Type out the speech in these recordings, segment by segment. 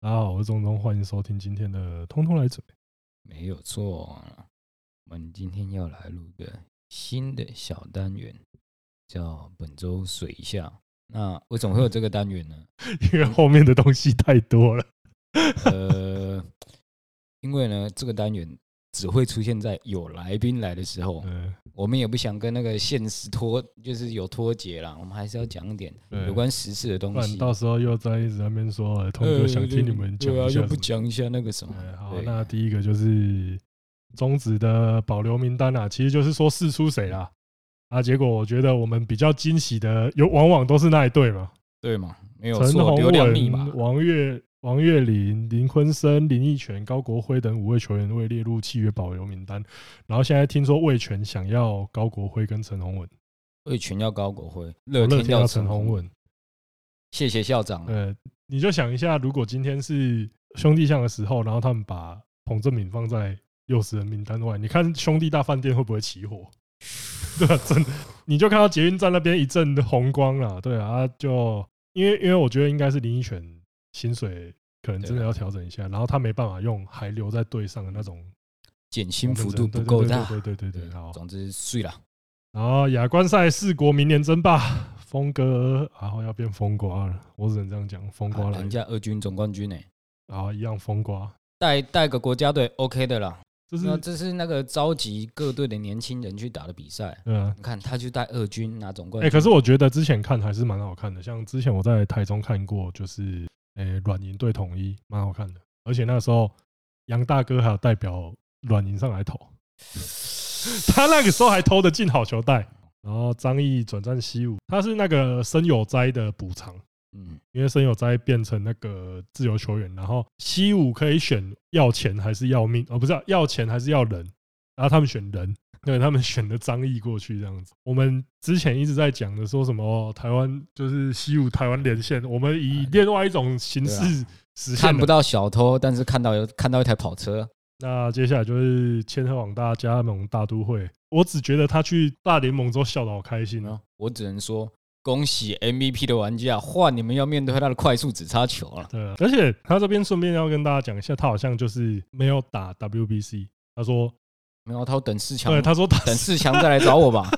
大家好，啊我是钟钟，欢迎收听今天的《通通来嘴》。没有错，我们今天要来录一个新的小单元，叫本周水一下。那为什么会有这个单元 呢？因为后面的东西太多了。呃，因为呢，这个单元只会出现在有来宾来的时候，嗯，我们也不想跟那个现实脱，就是有脱节啦。我们还是要讲一点对有关时事的嗯不东然西。到时候又在一直在那边说，哎通哥想听你们讲对啊，一下又什不么。讲一下那个什么对，？哎好，对那第一个就是中职的保留名单啊，其实就是说试出谁啦。啊，结果我觉得我们比较惊喜的，有往往都是那一对嘛，对嘛，没有陈错，宏流量密码文、。王岳、王岳林、林坤生、林奕泉、高国辉等五位球员未列入契约保留名单。然后现在听说魏权想要高国辉跟陈宏文，魏群要高国辉，乐乐天要要陈宏文。谢谢校长。呃，你就想一下，如果今天是兄弟象的时候，然后他们把彭正敏放在六十人名单外，你看兄弟大饭店会不会起火？对啊，真的，你就看到捷运站那边一阵的红光了。对啊，啊就因为因为我觉得应该是林依泉薪水可能真的对啊要调整一下，然后他没办法用还留在队上的那种减薪幅对度对不够对大。对对对对对，好。总之碎了。然后亚冠赛四国明年争霸，峰哥然后要变风瓜了，我只能这样讲，风瓜啊来人，家二军总冠军呢、然后一样风瓜。带带个国家队 OK 的啦。就是那这是那个召集各队的年轻人去打的比赛。对啊，你看他去带二军拿总冠哎、军，可是我觉得之前看还是蛮好看的，像之前我在台中看过，就是诶软银对统一，蛮好看的，而且那时候杨大哥还有代表软银上来投， 他那个时候还偷得进好球带，然后张毅转战西武，他是那个申有斋的补偿。嗯，因为申有斋变成那个自由球员，然后西武可以选要钱还是要命，哦，不是啊、要钱还是要人，然后他们选人，对他们选的张毅过去这样子。我们之前一直在讲的说什么、哦台湾就是西武台湾连线，我们以另外一种形式实现哎啊看了不。到小偷，但是看到有看到一台跑车，那接下来就是千鹤网大加盟大都会，我只觉得他去大联盟之后笑得好开心有没哦。有我只能说恭喜 MVP 的玩家，换你们要面对他的快速直插球了。对啊，而且他这边顺便要跟大家讲一下，他好像就是没有打 WBC，他说没有，他要等四强对，，他说打等四强再来找我 吧，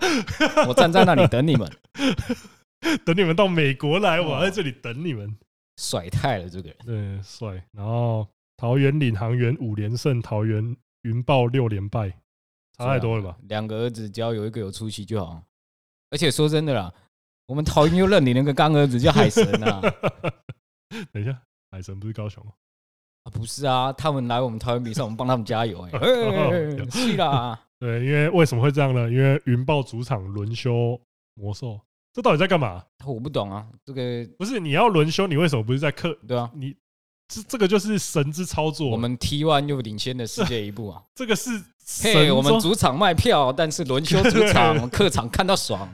我站在那里等你们。等你们到美国来，我哦在这里等你们。甩太了这个人，对，帅。然后桃园领航员五连胜，桃园云豹六连败，差太多了吧？两个儿子只要有一个有出息就好。而且说真的啦，我们桃园又认你那个干儿子叫海神 啊等一下，海神不是高雄吗？啊不是啊，他们来我们桃园比赛，我们帮他们加油哎、 哦欸，去啦！对，因为为什么会这样呢？因为云豹主场轮休魔兽，这到底在干嘛？我不懂啊，这个不是你要轮休，你为什么不是在客？对啊，你这这个就是神之操作，我们 T one 又领先了世界一 步啊！这个是神嘿，我们中主场卖票，但是轮休主 场客场看到爽，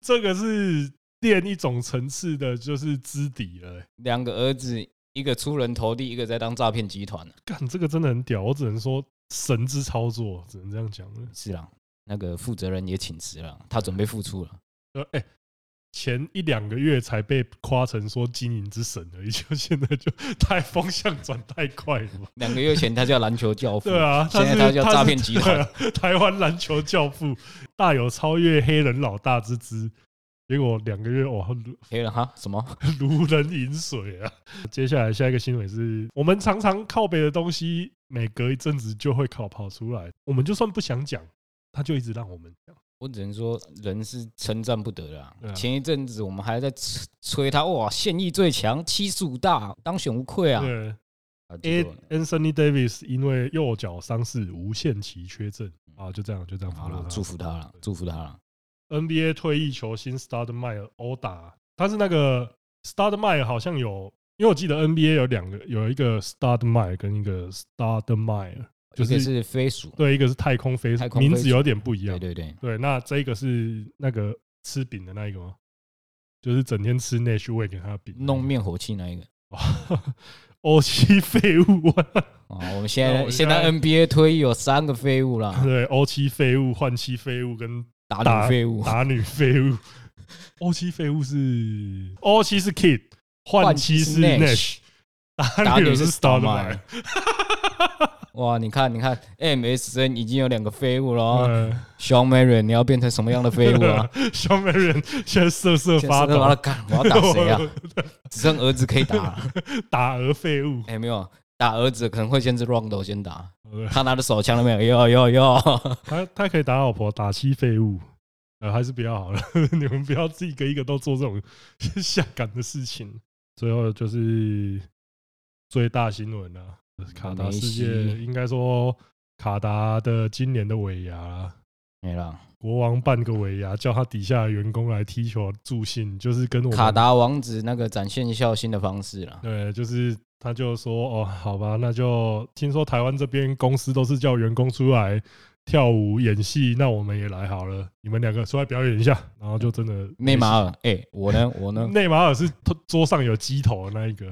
这个是练一种层次的，就是知底了、欸。两个儿子一个出人头地，一个在当诈骗集团啊干，这个真的很屌，我只能说神之操作，只能这样讲了。是啦，那个负责人也请辞了，他准备复出了。呃，哎、前一两个月才被夸成说经营之神而已， 就现在就太风向转太快了吧？两个月前他叫篮球教 父，对啊，现在是他叫诈骗集团他是对啊台湾篮球教父，大有超越黑人老大之姿。结果两个月哇，如 黑人哈什么？如人饮水啊！接下来下一个新闻是我们常常靠北的东西，每隔一阵子就会靠跑出来。我们就算不想讲，他就一直让我们讲。我只能说人是称赞不得的啊对啊前一阵子我们还在吹吹他，哇，现役最强，七十五大，当选无愧啊！对啊结，A 果 Anthony Davis 因为右脚伤势无限期缺阵啊，就这样就这样。嗯好了，祝福他了，祝福他了。 NBA 退役球星 Studmeyer 殴打，他是那个 Studmeyer 好像有，因为我记得 NBA 有两个，有一个 Studmeyer 跟一个 Studmeyer，就一是个是飞鼠，对，一个是太空飞太，空飞名字有点不一样对。对对，对，啊那这个是那个吃饼的那一个吗？就是整天吃内需喂给他的饼那一个，弄灭火器那一个哇，欧气废物啊！啊，我们现那我在现在现 NBA 推有三个废物啦，对，欧气废物、换气废物跟打打女废物，打女废物。欧气废物是欧气是 Kid，换换妻妻是是 Nash，打女是 Starline，哇，你看，你看，MSN 已经有两个废物了哦，嗯，小美人，你要变成什么样的废 物啊？小美人现在瑟瑟现发在把他抖，干，我要打谁啊？只剩儿子可以打了。 打儿废物，哎、没有打儿子可能会先是 Rondo 先打，好的他拿着手枪了没有？有有 有，他他可以打老婆，打妻废物，呃，还是不要好了。 你们不要自己一个一个都做这种下岗的事情。最后就是最大新闻了、卡达世界梅西应该说卡达的今年的尾牙啦没了。国王办个尾牙，叫他底下的员工来踢球助兴，就是跟我们卡达王子那个展现孝心的方式啦，对，就是他就说哦，好吧，那就听说台湾这边公司都是叫员工出来跳舞演戏，那我们也来好了，你们两个出来表演一下，然后就真的内马尔，哎、我 呢，我呢，内马尔是桌桌上有鸡头的那一个，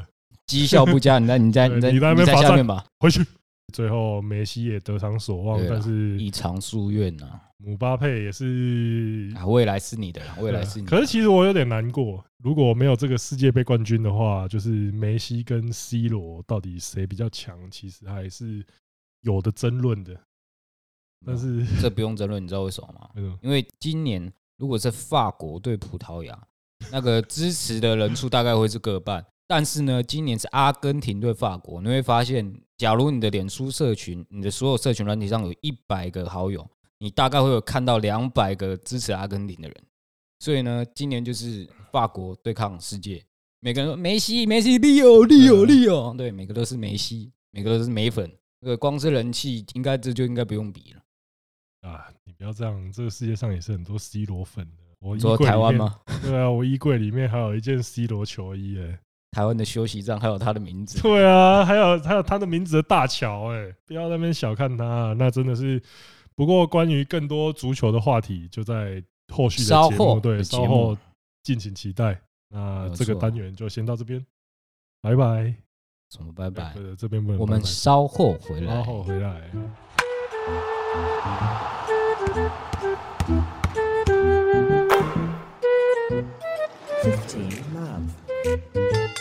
绩效不佳，你在你在对你在你在那边在罚下站面吧，回去。最后梅西也得偿所望，对啊但是一偿夙愿呐，姆巴佩也是啊，未来是你的啦，未来是你啊的。可是其实我有点难过，如果没有这个世界杯冠军的话，就是梅西跟 C 罗到底谁比较强，其实还是有的争论的。嗯但是，哎这不用争论，你知道为什么吗？为什么因为今年如果是法国对葡萄牙，那个支持的人数大概会是各半。但是呢，今年是阿根廷对法国，你会发现，假如你的脸书社群、你的所有社群软体上有一百个好友，你大概会有看到两百个支持阿根廷的人。所以呢，今年就是法国对抗世界，每个人说梅西、梅西、利奥、利嗯奥、利奥，对，每个都是梅西，每个都是梅粉。这个光是人气，应该这就应该不用比了。啊，你不要这样，这个世界上也是很多 C 罗粉的。我你衣说柜里台湾面？吗？ 对啊，我衣柜里面还有一件 C 罗球衣哎诶、台湾的休息站还有他的名 字。对啊，还有还有他的名字的大乔诶、不要在那边小看他、啊那真的是。不过，关于更多足球的话题，就在后续的稍节后目，对，的稍节后目敬请期待。那没有这个错单元就先到这边，拜拜。什么拜拜？对，这边不能我拜们拜稍后回来稍。后回来。 15 love.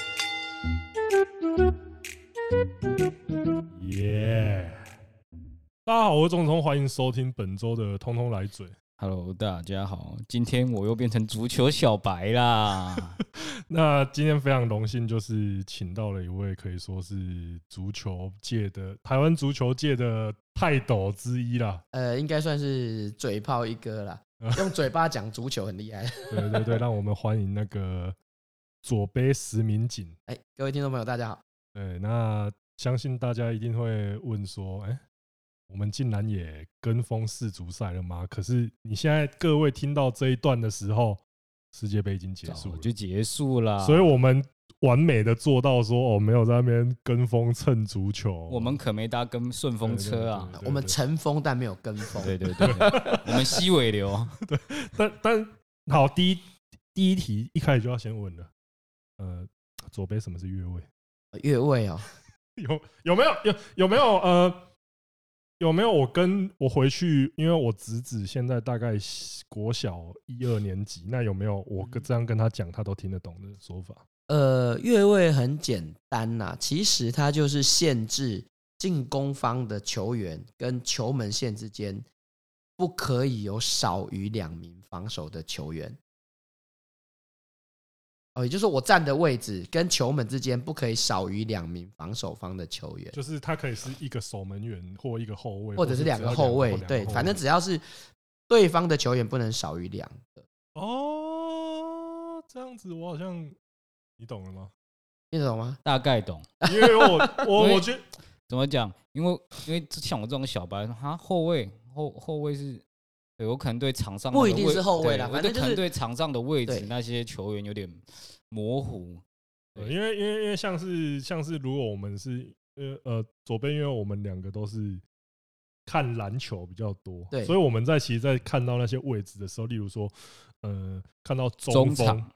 耶！大家好，我是钟聪，欢迎收听本周的《通通来嘴》。 Hello，大家好，今天我又变成足球小白啦。那今天非常荣幸，就是请到了一位可以说是足球界的台湾足球界的泰斗之一啦。呃，应该算是嘴炮一哥啦，嗯用嘴巴讲足球很厉害。 对对对，让我们欢迎那个左杯石明景。哎、各位听众朋友，大家好。对，那相信大家一定会问说，哎、我们竟然也跟风世足赛了吗？可是你现在各位听到这一段的时候，世界杯已经 结束早了，就啊结束啦。所以我们完美的做到说，哦，没有在那边跟风蹭足球，我们可没搭跟顺风车啊。对对我们乘风但没有 跟风，对对对，对 我们西尾流。但但好，第一第一题一开始就要先问了，呃，左边什么是越位？越位哦、 有有没有有有没有呃有没有我跟我回去，因为我侄子现在大概国小一二年级，那有没有我嗯跟这样跟他讲，他都听得懂的说法？呃，越位很简单呐、其实它就是限制进攻方的球员跟球门线之间不可以有少于两名防守的球员。哦，也就是说，我站的位置跟球门之间不可以少于两名防守方的球员。就是他可以是一个守门员或一个后卫，或者是两个后卫，对，反正只要是对方的球员不能少于两个，哦这样子，我好像你懂了 吗？你懂吗？大概懂。因为我我因我为觉得怎么讲？因为因为像我这种小白，哈，后卫后后卫是。对，我可能对场上那不个一定位是后卫对啦我反就正就可能是对场上的位置对那些球员有点模糊，对因为因为因为像是像是如果我们是呃呃左边，因为我们两个都是看篮球比较多，对所以我们在其实，在看到那些位置的时候，例如说呃看到中中锋场。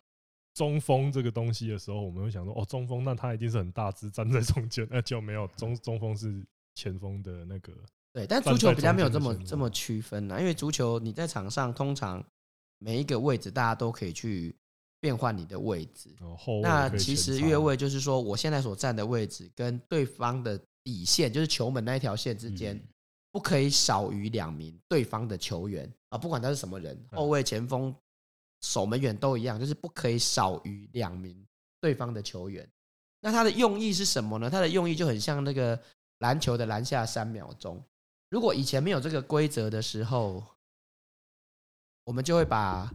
中锋这个东西的时候，我们会想说，哦，中锋那他一定是很大只站在中间，那就没有中中锋是前锋的那个，对，但站足球在比较中没有间这的么选择这么区分啦，因为足球你在场上通常每一个位置大家都可以去变换你的位置。哦后卫那可以其前实插越位就是说，我现在所站的位置跟对方的底线，就是球门那一条线之间，嗯不可以少于两名对方的球员啊，不管他是什么人，嗯后卫、前锋、守门员都一样，就是不可以少于两名对方的球员。那它的用意是什么呢？它的用意就很像那个篮球的篮下三秒钟。如果以前没有这个规则的时候，我们就会把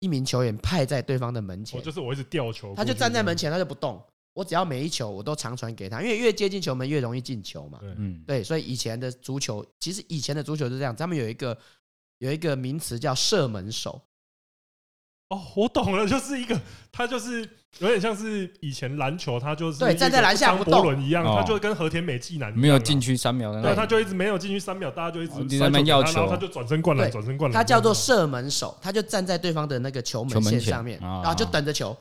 一名球员派在对方的门前哦，，就是我一直吊球，他就站在门前，他就不动。我只要每一球我都长传给他，因为越接近球门越容易进球嘛过。去。对，嗯，对，所以以前的足球，其实以前的足球是这样，他们有一个有一个名词叫射门手，哦，我懂了，就是一个他就是有点像是以前篮球，他就是对一个站在篮下张不伯动伦一样，哦他就跟和田美纪男一样啊没有进，去三秒的对，那他种，就一直没有进去三秒，大家就一直哦一直在那塞给边他要球然后他就转身灌篮，对转身灌篮，他叫做这样子啊射门手，他就站在对方的那个球球门门线前上面，啊然后就等着球。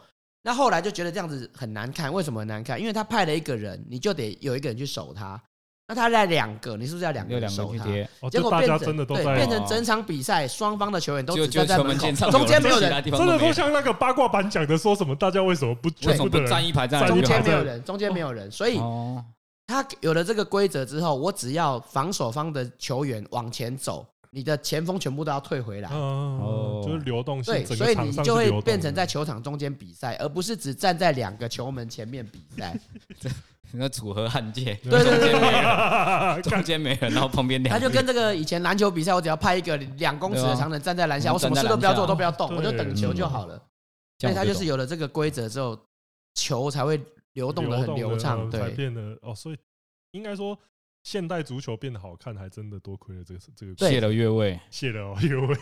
那后来就觉得这样子很难看，为什么很难看？因为他派了一个人，你就得有一个人去守他。那他带两个，你是不是要两个有人两个守去他？贴，哦，结就果大变家成真的都对在变。成整场比赛双方的球员都就只就站在球门门口线上，中间没有其他人，地方真都的没都有像那个八卦版讲的，说什么大家为什么不为全什部么不的人站一排站站两一中个排间没有对人，中间没有人，所以哦，他有了这个规则之后，我只要防守方的球员往前走，你的前锋全部都要退回啊来。哦嗯，就是流动性，对，整所个以场你上就是流会动变成的 在球场中间比赛，而不是只站在两个球门前面比赛。那组合汉界，对对对中间没人干中间没人，然后旁边两他个，就跟这个以前篮球比赛，我只要派一个两公尺对的啊长人站在篮嗯下，我什么站在事都不要篮下做，我都不要动，对我就等球就好了。所以他就是有有了这个规则之后，球才会流动的很流畅。才对变得哦，所以应该说现代足球变得好看，还真的多亏了这个这个。谢了越位，谢了哦，因为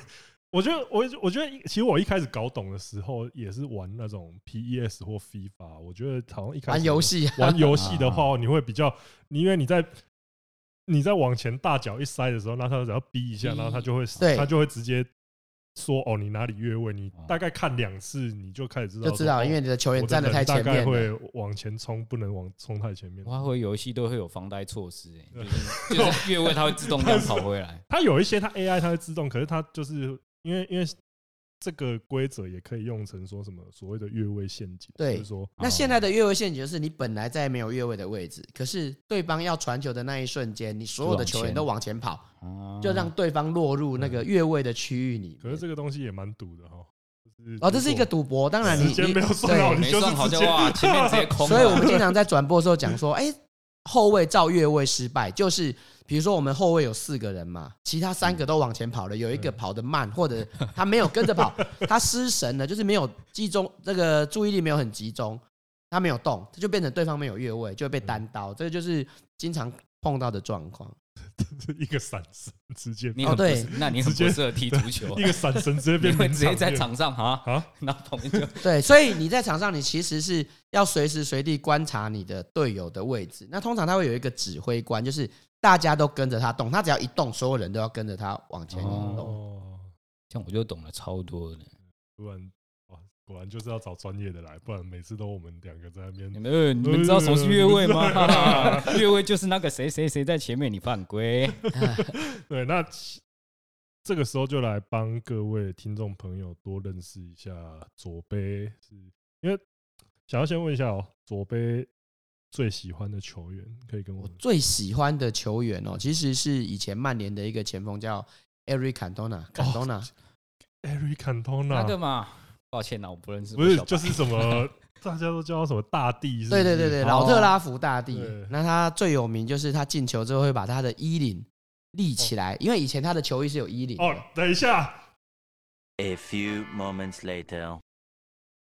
我觉得我我觉得其实我一开始搞懂的时候也是玩那种 PES 或 FIFA，我觉得好像一开始玩游戏啊，玩游戏的话，哦你会比较，你因为你在你在往前大脚一塞的时候，那他只要逼一下，逼然后他就会对啊他就会直接说哦，你哪里越位，你大概看两次你就开始知道就说，知道，因为哦你的球员我站得人太前大概面了。会往前冲，不能往冲太前面。花卉游戏都会有防呆措施，哎对 就是就是越位它会自动这样跑回来，它有一些它 AI 它会自动，可是它就是因为因为这个规则也可以用成说什么所谓的越位陷阱，对就是说那现在的越位陷阱就是你本来在没有越位的位置，可是对方要传球的那一瞬间，你所有的球员都往前跑，哦就让对方落入那个越位的区域里可是面。这个东西也蛮赌的哈。就是哦，这是一个赌博，当然你时间你没有算好，对哦你哦没就是算好直就接哇，前面直接空了，啊所以我们经常在转播的时候讲说，哎，后卫照越位失败，就是比如说我们后卫有四个人嘛，其他三个都往前跑了，有一个跑得慢，或者他没有跟着跑，他失神了，就是没有集中这个注意力没有很集中，他没有动，这就变成对方没有越位，就会被单刀，这个就是经常碰到的状况。一个闪身直接你哦很不对适那你很直接不适合踢足球一，个闪身 直接你变会成直接在场场上啊，面啊，然后 旁边就对，所以你在场上，你其实是要随时随地观察你的队友的位置。那通常他会有一个指挥官，就是大家都跟着他动，他只要一动，所有人都要跟着他往前移动。哦，这样我就懂了超多的。突然哇，果然就是要找专业的来，不然每次都我们两个在那边你们呃你们知道什么是越位 嗯吗？越位就是那个谁谁谁在前面你 犯规，对，那其这个时候就来帮各位听众朋友多认识一下左杯，是因为想要先问一下哦，左杯最喜欢的球员可以跟我我们最喜欢的球员哦，其实是以前曼联的一个前锋叫哦 Eric Cantona。Cantona，、 Eric 那个 Cantona，嘛，抱歉啦，我不认识，不我是小白就是什 么大家都叫他什么大帝，是不对是对对对，哦老特拉福大帝对。那他最有名就是他进球之后会把他的衣领立起来，因为以前他的球衣是有衣领的。哦，等一下， A few moments later.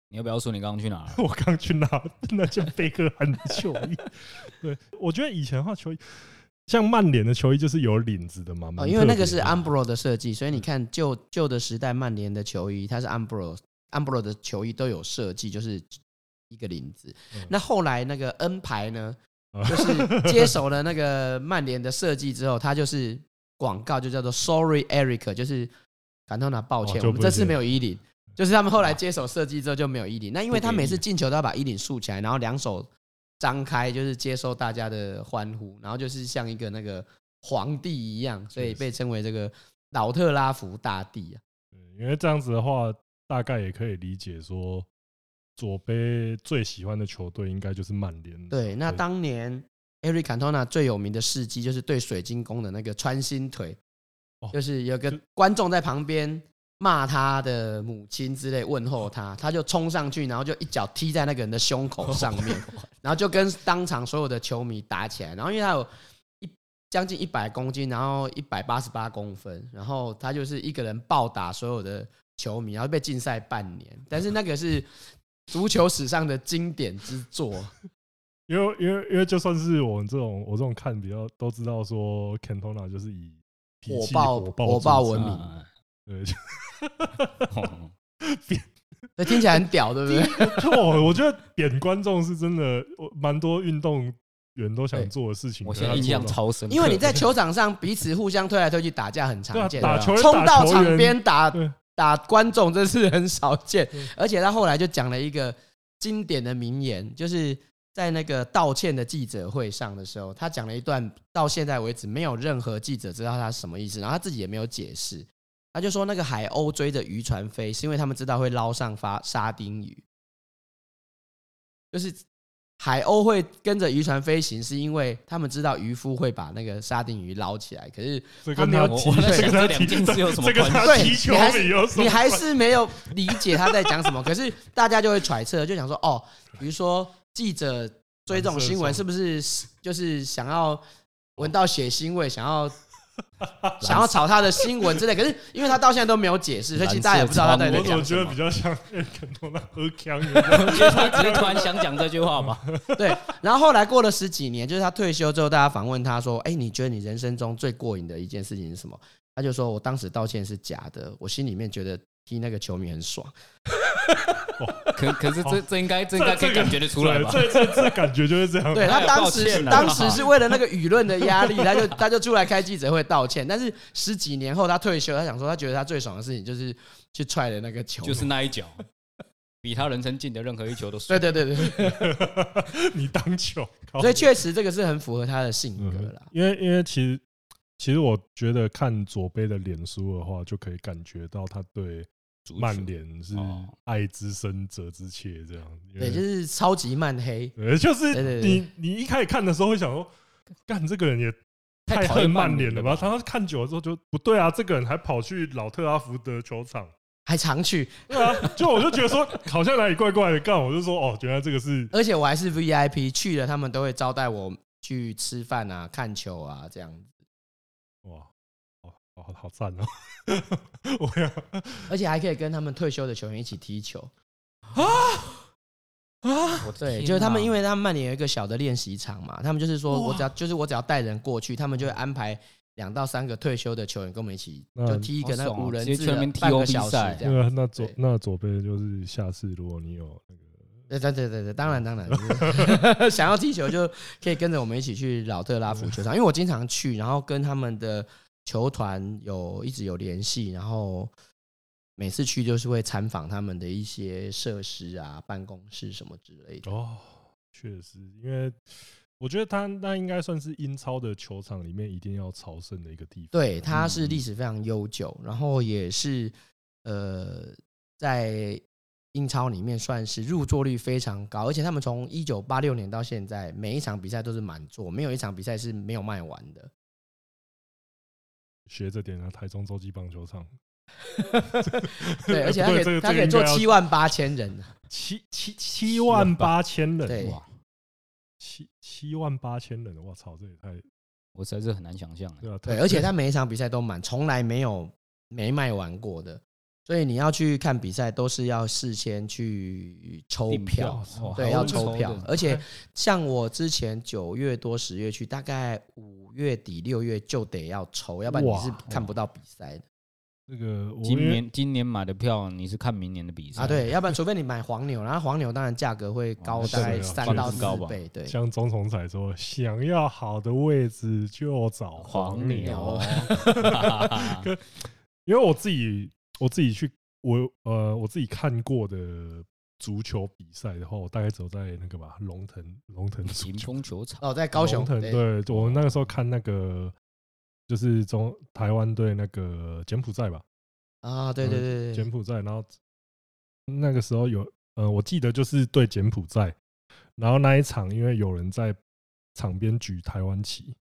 你要不要说你刚刚去哪儿？我刚去拿那件贝克汉的球衣， 对我觉得以前的话球衣。像曼联的球衣就是有领子的嘛，哦，蛮因为那特别个是的嗯 Umbro 的设计，所以你看旧旧的时代曼联的球衣，它是 Umbro Umbro 的球衣都有设计，就是一个领子。嗯那后来那个 N 牌呢，啊就是接手了那个曼联的设计之后，它就是广告就叫做 Sorry Eric，就是感动他抱歉，哦就我们不这是哦次没有衣领。就是他们后来接手设计之后就没有衣领，那因为他不给每次衣领进球都要把衣领竖起来，然后两手张开，就是接受大家的欢呼，然后就是像一个那个皇帝一样，所以被称为这个老特拉福大帝啊。对因为这样子的话，大概也可以理解说，左贝最喜欢的球队应该就是曼联了。对，那当年 Eric Cantona 最有名的事迹就是对水晶宫的那个穿心腿，哦就是有个就观众在旁边骂他的母亲之类问候哦他，他就冲上去，然后就一脚踢在那个人的胸口上 面，哦然后就跟当场所有的球迷打起来。然后因为他有一将近一百公斤，然后一百八十八公分，然后他就是一个人暴打所有的球迷，然后被禁赛半年。但是那个是足球史上的经典之作。因为因为因为就算是我们这种我这种看比较都知道说 Cantona 就是以脾火气爆火爆火爆著闻称名啊对， 就 哦那听起来很屌，对不对？哦，我觉得贬观众是真的，我蛮多运动员都想做的事情。我可现在他印做象不到超深刻， 因为你在球场上彼此互相推来推去打架很常见，对啊打球员冲到打球员场边打对打观众这是很少见对。而且他后来就讲了一个经典的名言，就是在那个道歉的记者会上的时候，他讲了一段到现在为止没有任何记者知道他是什么意思，然后他自己也没有解释。他就说那个海鸥追着渔船飞，是因为他们知道会捞上发沙丁鱼，就是海鸥会跟着渔船飞行，是因为他们知道渔夫会把那个沙丁鱼捞起来。可是这他跟没有他我踢，我在这跟想他这踢两件事有什么这跟他关系踢球对你还是没有什 么关系你还是没有理解他在讲什么。可是大家就会揣测，就想说哦，比如说记者追这种新闻，是不是就是想要闻到血腥味，想要想要炒他的新闻之类？可是因为他到现在都没有解释，所以其实大家也不知道他到底在我怎么讲觉什得么比。较像 Cantona 喝枪？ 我觉得他只是突然想讲这句话吧。 对，然后后来过了十几年，就是他退休之后，大家访问他说：“哎，你觉得你人生中最过瘾的一件事情是什么？”他就说：“我当时道歉是假的，我心里面觉得踢那个球迷很爽。”可可是这好这应该这应该可以感觉得 出来吧？对哦这这这感觉就是 这样。对他哎当抱时歉是啦当时是为了那个舆论的压力，他就他就出来开记者会道歉。但是十几年后他退休，他想说他觉得他最爽的事情就是去踹了那个球，就是那一脚，比他人生进的任何一球都爽。对 对对对， 你当球，靠所以确实这个是很符合他的嗯性格啦。因为因为其实其实我觉得看左贝的脸书的话，就可以感觉到他对足球曼联是哦爱之深责之切这样。因嗯为对，就是超级慢黑，对，就是对对对你你一开始看的时候会想说，干这个人也太太讨厌恨曼曼联联了了吧吧？然后看久了之后就不对啊，这个人还跑去老特拉福德球场，还常去，对啊，就我就觉得说好像哪里怪怪的，干我就说哦，原来这个是而且我还是 VIP 去了，他们都会招待我去吃饭啊、看球啊这样。哇，好好好赞哦！ 我要而且还可以跟他们退休的球员一起踢球。我的对，天就是他们，哪因为他们曼联有一个小的练习场嘛，他们就是说我只要就是我只要带人过去，他们就会安排两到三个退休的球员跟我们一起，嗯就踢一个那个好爽哦五人直接制去那的边踢半个 OB 小时赛这那样。啊那左对那左边就是下次，如果你有那个对对对对对，当然当然， 就是想要踢球就可以跟着我们一起去老特拉福球场，因为我经常去，然后跟他们的球团有一直有联系，然后每次去就是会参访他们的一些设施啊、办公室什么之类的。哦，确实，因为我觉得他那应该算是英超的球场里面一定要朝圣的一个地方。对，它是嗯历史非常悠久，然后也是呃，在英超里面算是入座率非常高，而且他们从一九八六年到现在，每一场比赛都是满座，没有一场比赛是没有卖完 的。学着点啊，台中洲际棒球场对，而且它不对可这以个它这可个以应坐该要七万八千人，啊七七七万八千人， 对哇，七七万八千人，我操，这也太我实在是很难想象欸。对啊，对，太 而且它每一场比赛都满，从来没有没卖完过的。所以你要去看比赛，都是要事先去抽订票，哦对，好要用抽的票，而且像我之前九月多十月去，大概五月底六月就得要抽，要不然你哇哦是看不到比赛的这个我今因为年今年买的票，你是看明年的比赛啊。对，要不然除非你买黄牛，然后黄牛当然价格会高哦大概是啊三到确四实高吧倍，对，像钟崇彩说，想要好的位置就找哦黄黄牛牛。， 因为我自己我自己去我呃我自己看过的足球比赛的话，我大概只有在那个吧龙腾龙腾足迎球风球场，哦，在高雄龙腾对哦对我那个时候看那个就是中台湾对那个柬埔寨吧，嗯啊，对对对对柬埔寨，然后那个时候有，呃，我记得就是对柬埔寨，然后那一场因为有人在场边举台湾旗，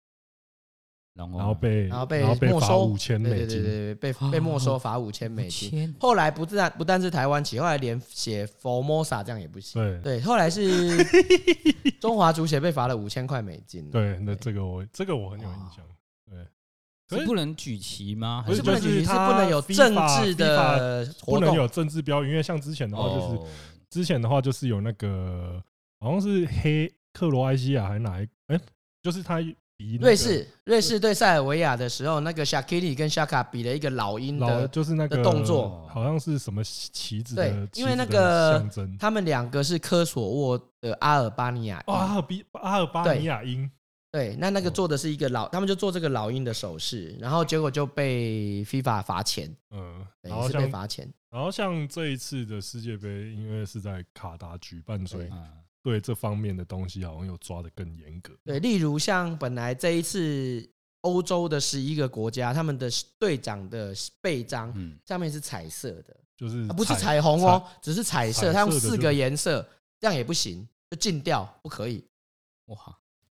然后然后被然后被然后被没罚收五千对美对对金，哦对，被被没收罚五千美金。金，后来不但不但是台湾旗，后来连写 Formosa 这样也不行。对对，后 来是中华足协被罚了五千块美金。，对，那这个我这个我很有印象，可是是不能举旗吗？不还是是是不能就是举行，是他不能有 FIFA- 政治的活不能动。有政治标语，因为像之前的话就是哦之前的话就是有那个好像是黑克罗埃西亚还是哪一哎、就是他比那个嗯瑞士，瑞士对塞尔维亚的时候，那个 Shakiri 跟 Shaka 比了一个老鹰老的，就是那个的动作好像是什么旗子的对旗子的因为那个象征。他们两个是科索沃的阿尔巴尼亚哦，阿鹰。尔比阿尔巴尼亚鹰，对，那那个做的是一个哦老，他们就做这个老鹰的手势，然后结果就被 FIFA 罚钱，嗯，对然后是被像罚钱。然后像这一次的世界杯，因为是在卡达举办，所啊以嗯对这方面的东西好像有抓得更严格。对，例如像本来这一次欧洲的十一个国家，他们的队长的背章嗯，下面是彩色的，就是啊、不是彩虹哦，只是彩嗯彩色，它用色的四就个颜色，这样也不行，就禁掉，不可以。哇，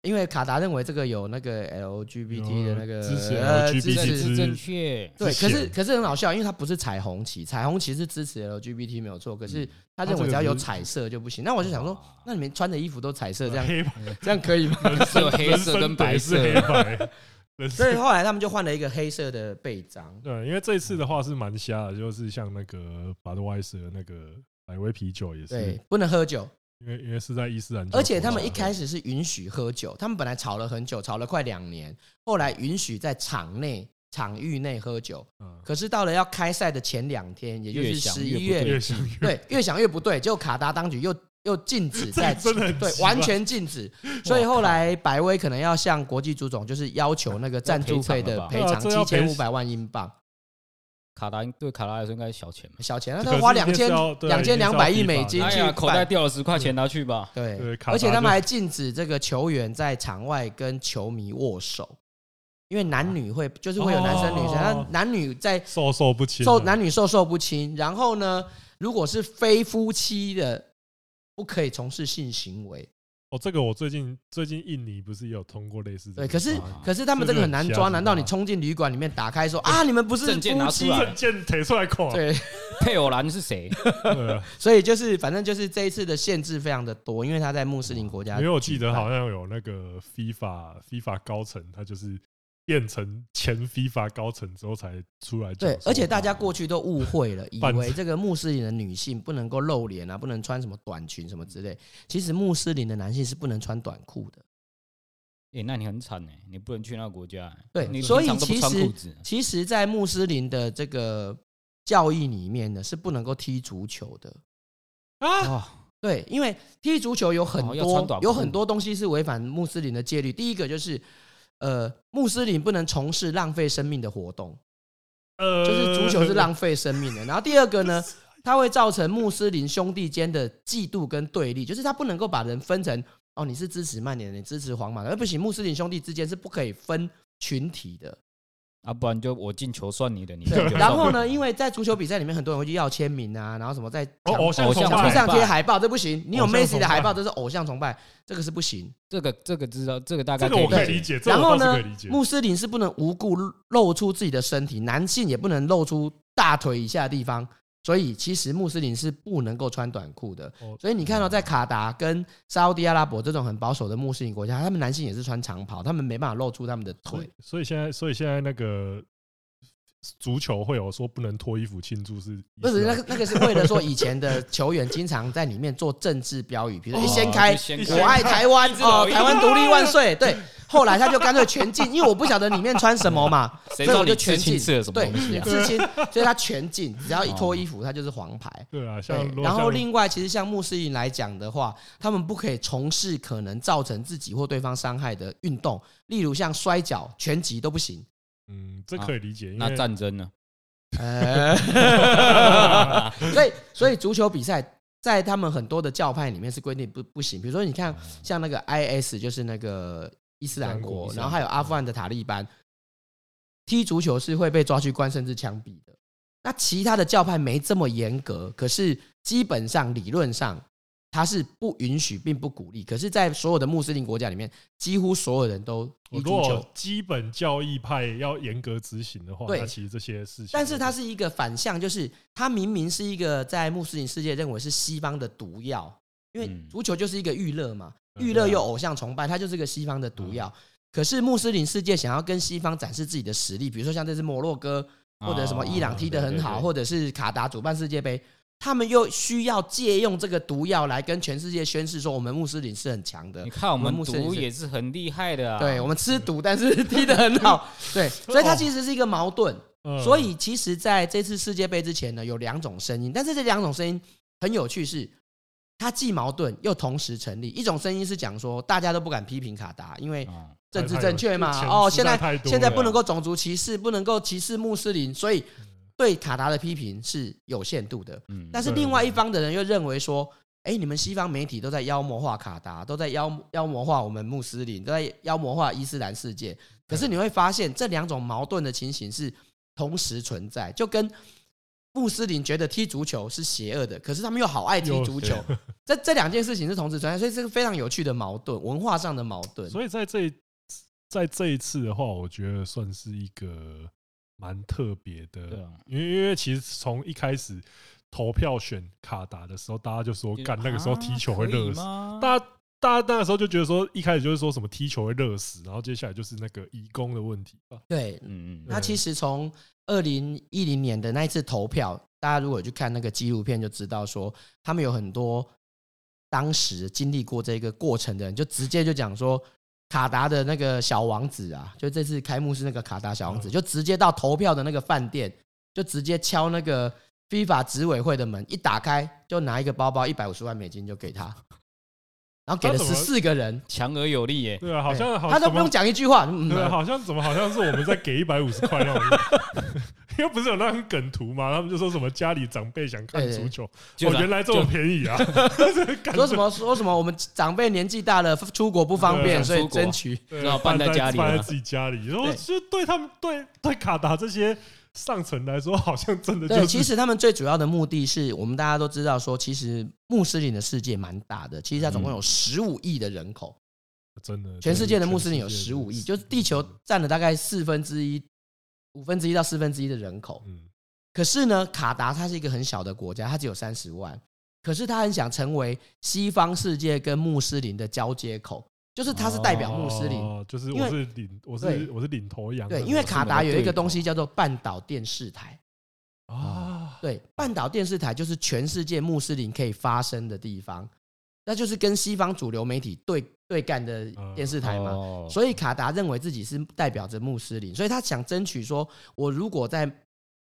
因为卡达认为这个有那个 LGBT 的那个支持呃 LGBT 支支持持正确，对，之可是前可是很好笑，因为它不是彩虹旗，彩虹旗是支持 LGBT 没有错，可是嗯哦他认它这为个只要有不是彩色就不行。那我就想说，哇那你们穿的衣服都彩色，这样黑白， 这样可以吗？只有黑人色生跟得白是色，黑 白。人所以生后来他们就换了一个黑色的背章。对，因为这一次的话是蛮瞎的，就是像那个巴德外斯的那个百威啤酒也是对，，不能喝酒，因为因为是在伊斯兰教国家，而且他们一开始始是允许喝酒，他们本来吵了很久，吵了快两年，后来允许在场内、场域内喝酒。嗯可是到了要开赛的前两天，也就越是想越十不一月，越想 越对，越想越不对，结果卡达当局又又 禁止在这真的很对奇怪完全禁止，所以后来百威可能要向国际足总就是要求那个赞助费的要赔赔偿了吧对啊偿七这要千赔五百万英镑，卡达对卡达来说应该是小钱嘛。小钱，那这他可花是一两定千是要对啊两千两百一定是亿要美 FIFA 金哎去呀，办口袋掉了十块钱，拿去吧。对对，卡达而且他就们还禁止这个球员在场外跟球迷握手，因为男女会就是会有男生女生，哦那男女在受受不亲啊，受男女授受不亲。然后呢，如果是非夫妻的，不可以从事性行为。哦，这个我最近最近印尼不是也有通过类似这对，个可是法案可是他们这个很难啊这就抓，很难道你瞎冲进旅馆里面打开说啊，你们不是证件拿夫出妻？来 证件提出来看，啊对，配偶栏是谁？对 啊，所以就是反正就是这一次的限制非常的多，因为他在穆斯林国家因为我记得好像有那个 FIFA FIFA 高层，他就是变成前 FIFA 高层之后才出来讲对说，而且大家过去都误会了，以半为这个穆斯林的女性不能够露脸啊，不能穿什么短裙什么之类。其实穆斯林的男性是不能穿短裤的。哎，那你很惨哎，你不能去那个国家欸。对你所以平常都不其穿实裤子，其实，在穆斯林的这个教义里面呢，是不能够踢足球的。啊，哇，对，因为踢足球有很哦要多、穿短裤有很多东西是违反穆斯林的戒律。第一个就是，呃，穆斯林不能从事浪费生命的活动，呃，就是足球是浪费生命的。然后第二个 呢，它会造成穆斯林兄弟间的嫉妒跟对立，就是他不能够把人分成哦，你是支持曼联的，你支持皇马的，而不行，穆斯林兄弟之间是不可以分群体的。啊，不然就我进球算你的，你对进，球然算后 我呢，的因为在足球比赛里面，很多人会去要签名啊，然后什么在哦墙偶像偶崇像墙壁拜上贴海报，这不行。你有偶像 Messi 崇的海拜报，这是偶像崇拜，这个是不行。这个这个知道，这个大概这个我可以对理解，这然个后我倒呢是可以理解，穆斯林是不能无故露出自己的身体，男性也不能露出大腿以下的地方。所以其实穆斯林是不能够穿短裤的哦。所以你看到在卡达跟沙烏地阿拉伯这种很保守的穆斯林国家，他们男性也是穿长袍，他们没办法露出他们的所腿以。所以现在所以现在那个足球会有说不能脱衣服庆祝是啊伊斯兰，不是那个那个是为了说以前的球员经常在里面做政治标语，比如说一哦掀开就掀开我爱台湾一只老哦，鹰台湾独立万岁。 对，后来他就干脆全禁，因为我不晓得里面穿什么嘛， 谁所知以道我你就吃全青禁。吃了什么对东 西，啊？刺青，所以他全禁，只要一脱衣服，他就是黄牌。对啊，像对如，果然后像另外，其实像穆斯林来讲的话，他们不可以从事可能造成自己或对方伤害的运动，例如像摔跤、拳击都 不行。嗯，这可以理解，因啊那为战争呢？呃所以，所以足球比赛在他们很多的教派里面是规定不不行。比如说，你看像那个 IS，就是那个伊斯兰伊国，斯兰国然后还有阿富汗的塔利班，踢足球是会被抓去关甚至枪毙的。那其他的教派没这么严格，可是基本上理论上它是不允许并不鼓励。可是，在所有的穆斯林国家里面，几乎所有人都踢如足球果，基本教义派要严格执行的话，对那其实这些事情，但是它是一个反向，就是它明明是一个在穆斯林世界认为是西方的毒药，因为嗯啊足球就是一个娱乐嘛，嗯娱乐又偶像崇拜，它就是个西方的毒嗯药。可是穆斯林世界想要跟西方展示自己的实力，比如说像这次摩洛哥 啊或者什哦么伊朗踢得很好，者或者是卡达主办世界杯，他们又需要借用这个毒药来跟全世界宣示说我们穆斯林是很强的你。看我我们们穆斯林毒是也是很厉害的啊，对我们吃毒，但是踢得很 好，对，所以它其实是一个矛盾。嗯所以其实在这次世界杯之前呢，有两种声音，但是这两种声音很有趣是，它既矛盾又同时成立。一种声音是讲说大家都不敢批评卡达，因为啊，政治正确嘛太太，有钱哦，实现在啊在太多了现在不能够种族歧视，不能够歧视穆斯林，所以对卡达的批评是有限度的。嗯，但是另外一方的人又认为说，哎、你们西方媒体都在妖魔化卡达，都在妖妖魔化我们穆斯林，都在妖魔化伊斯兰世界。可是你会发现，这两种矛盾的情形是同时存在，就跟穆斯林觉得踢足球是邪恶的，可是他们又好爱踢有足球，这这两件事情是同时存在，所以这个非常有趣的矛盾，文化上的矛盾。所以在这一在这一次的话，我觉得算是一个蛮特别对的啊，因为因为其实从一开始投票选卡达的时候，大家就说干那个啊时候踢球会热死，死大家大家那个时候就觉得说一开始就是说什么踢球会热死，然后接下来就是那个移工的问题吧，对，嗯嗯，那其实从二零一零年的那一次投票，大家如果有去看那个纪录片，就知道说他们有很多当时经历过这个过程的人，就直接就讲说卡达的那个小王子啊，就这次开幕式那个卡达小王子，嗯就直接到投票的那个饭店，就直接敲那个 FIFA 执委会的门，一打开就拿一个包包一百五十万美金就给他，然后给了他怎十么四个人，强而有力耶，对啊，好对像好哎他都不用怎么讲一句话，嗯对啊，好像怎么好像是我们在给一百五十块那种。 因为不是有那种梗图嘛，他们就说什么家里长辈想看对对足球，就哦，原来这么便宜啊！干 说什么说什么？我们长辈年纪大了，出国不方便，对所以出国争取对只好办在家里办在了自己家里。然后就对他们对对卡达这些上层来说，好像真的就 对，是其实他们最主要的目的是我们大家都知道，说其实穆斯林的世界蛮大的，其实它总共有十五亿的人口，真的全世界的穆斯林有十五亿，就是地球占了大概四分之一、五分之一到四分之一的人口。嗯可是呢，卡达它是一个很小的国家，它只有三十万，可是它很想成为西方世界跟穆斯林的交接口，就是它是代表穆斯林。哦就是因为我是领我对是我是领头羊的，哦对，因为我是卡达有一个东我西是叫做半岛电视台。啊，对，半岛电视台就是全世界穆斯林可以发声的地方，那就是跟西方主流媒体对对干的电视台嘛。哦所以卡达认为自己是代表着穆斯林，所以他想争取说，我如果在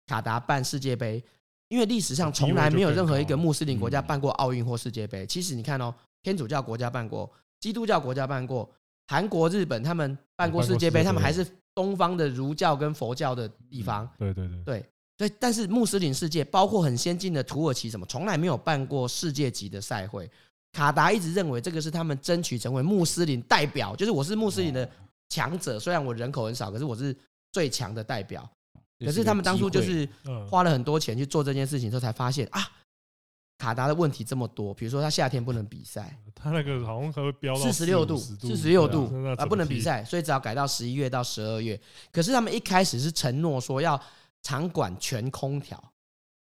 卡达办世界杯，因为历史上从来没有任何一个穆斯林国家办过奥运或世界杯。其实你看哦，天主教国家办过，基督教国家办过，韩国、日本他们嗯办过世界办过世界杯，嗯杯他们还是东方的儒教跟佛教的地方。对对对，对对，但是穆斯林世界包括很先进的土耳其什么，从来没有办过世界级的赛会。卡达一直认为这个是他们争取成为穆斯林代表，就是我是穆斯林哦的强者，虽然我人口很少，可是我是最强的代表。这可一是个他们当初就机会哦是嗯，花了很多钱去做这件事情之后，才发现啊，卡达的问题这么多，比如说他夏天不能比赛，他那个好像还会飙到四十六度， 40四十六度对那怎啊，么不能比踢，赛，所以只好改到十一月到十二月。可是他们一开始是承诺说要场馆全空调，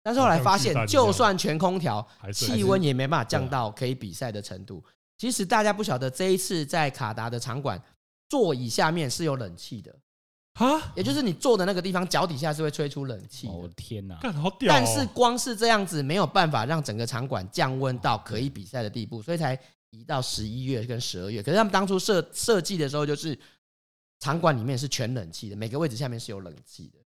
但是后来发好像现，巨蛋一样就算全空调，还是啊气温也没办法降到可以比赛的程度。其实大家不晓得，这一次在卡达的场馆座椅下面是有冷气的，啊，也就是你坐的那个地方脚底下是会吹出冷气哦我的的。天哪，干好屌哦，但是光是这样子没有办法让整个场馆降温到可以比赛的地步，所以才移到十一月跟十二月。可是他们当初设设计的时候，就是场馆里面是全冷气的，每个位置下面是有冷气的，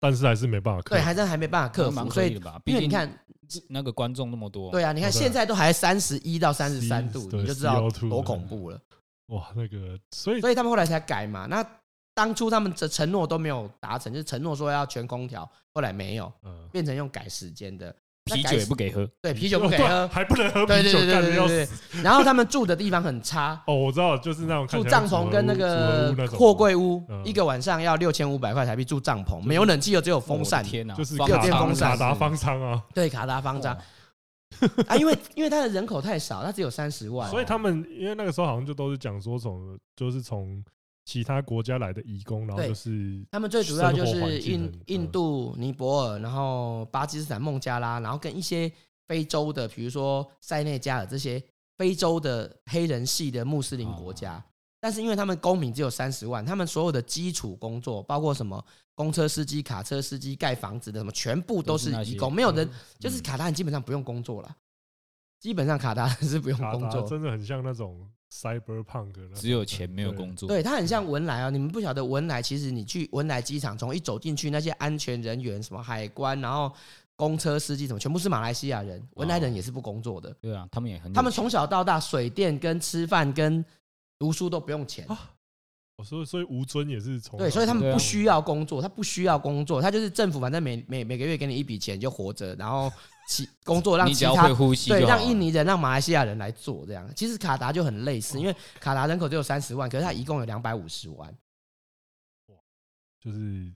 但是还是没办法克对，服，还真还没办法克那蛮服。合所理以的吧？毕因为竟你看，那个观众那么多，对啊，你看哦对啊现在都还三十一到三十三11度，对你就知道12多恐怖了。哇，那个所以所以他们后来才改嘛。那当初他们的承诺都没有达成，就是承诺说要全空调，后来没有，嗯变成用改时间的。啤酒也不给喝，对，啤酒不给喝，哦啊还不能喝对 啤对酒对，对干的对要对死。对。然后他们住的地方很差，哦，我知道，就是那种看 住起来帐篷跟那组合个屋那种货柜屋嗯，一个晚上要六千五百块台币住帐篷，没有冷气又只有风我扇的，哦天哪，哦就是方各电舱风扇卡达是方舱啊，对，卡达方丈哇啊，因为因为他的人口太少，他只有三十万，所以他们因为那个时候好像就都是讲说从就是从其他国家来的移工，然后对就是他们最主要生就活是环境印很印度、尼泊尔，然后巴基斯坦、孟加拉，然后跟一些非洲的，比如说塞内加尔这些非洲的黑人系的穆斯林国家。但是因为他们公民只有三十万，他们所有的基础工作，包括什么公车司机、卡车司机、盖房子的什么，全部都是都是那些移工，没有人嗯就是嗯卡达人基本上不用工作了，基本上卡达人是不用卡工达作，真的很像那种 cyberpunk，那种只有钱没有对工作，对，它很像文莱啊！你们不晓得文莱，其实你去文莱机场，从一走进去，那些安全人员、什么海关，啊然后公车司机什么，全部是马来西亚人。文莱人也是不工作的，对啊，他们也很有他们钱从小到大，水电跟吃饭跟读书都不用钱。啊哦所以所以吴尊也是从对，所以他们对啊不需要工作，他不需要工作，他就是政府，反正每每每个月给你一笔钱，你就活着，然后其工作让你其只要会他呼吸对，就好让了印尼人、让马来西亚人来做这样。其实卡达就很类哦似，因为卡达人口只有三十万，可是它一共有两百五十万。就是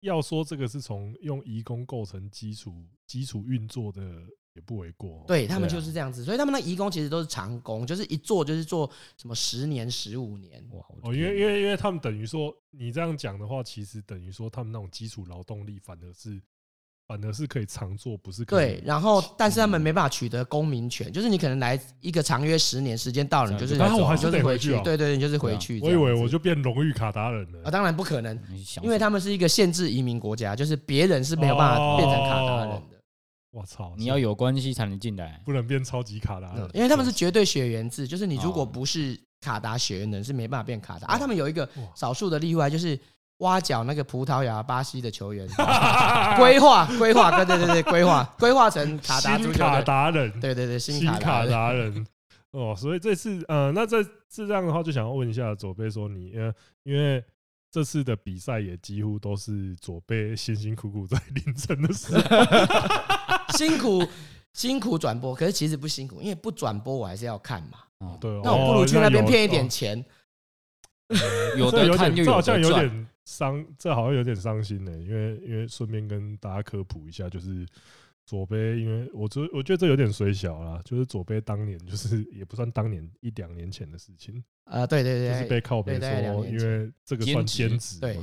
要说这个是从用移工构成基础基础运作的，也不为过哦。对他们对啊就是这样子，所以他们的移工其实都是长工，就是一做就是做什么十年、十五年。哇，我的哦，因为天因为因为他们等于说你这样讲的话，其实等于说他们那种基础劳动力反而是反而是可以常做，不是可以对，然后但是他们没办法取得公民权，就是你可能来一个长约十年，时间到了你就是，这样就走啊你就还是是得回回去哦对对，对你就是回对啊去这我样以子。为我就变荣誉卡达人了啊，。当然不可能，你想因为什他们是一个限制移民国家，就是别人是没有办法变成卡达人的，我操，么你要有关系才能进来，不能变超级卡达人嗯，因为他们是绝对血缘制，就是你如果哦不是卡达血缘的人是没办法变卡达啊。哇他们有一个哇少数的例外，就是挖角那个葡萄牙、巴西的球员，啊 规划规划，对对对对，规划规划成卡达足新球卡队，达人，对对对，新新卡达卡人。达人。 哦，所以这次呃，那这这样的话，就想要问一下左贝说你，呃，因为这次的比赛也几乎都是左贝辛辛苦苦在 凌晨的时候，辛苦辛苦转播，可是其实不辛苦，因为不转播我还是要看嘛。哦对，那我不如去那边骗一点钱，钱，有这的有看点，就这好的像有赚，点伤，这好像有点伤心呢、因为因为顺便跟大家科普一下，就是左贝，因为我觉我觉得这有点水小啦，就是左贝当年就是也不算当年一两年前的事情，啊、对对就是对被靠背对大概两说，年因为这个兼算职兼职，对，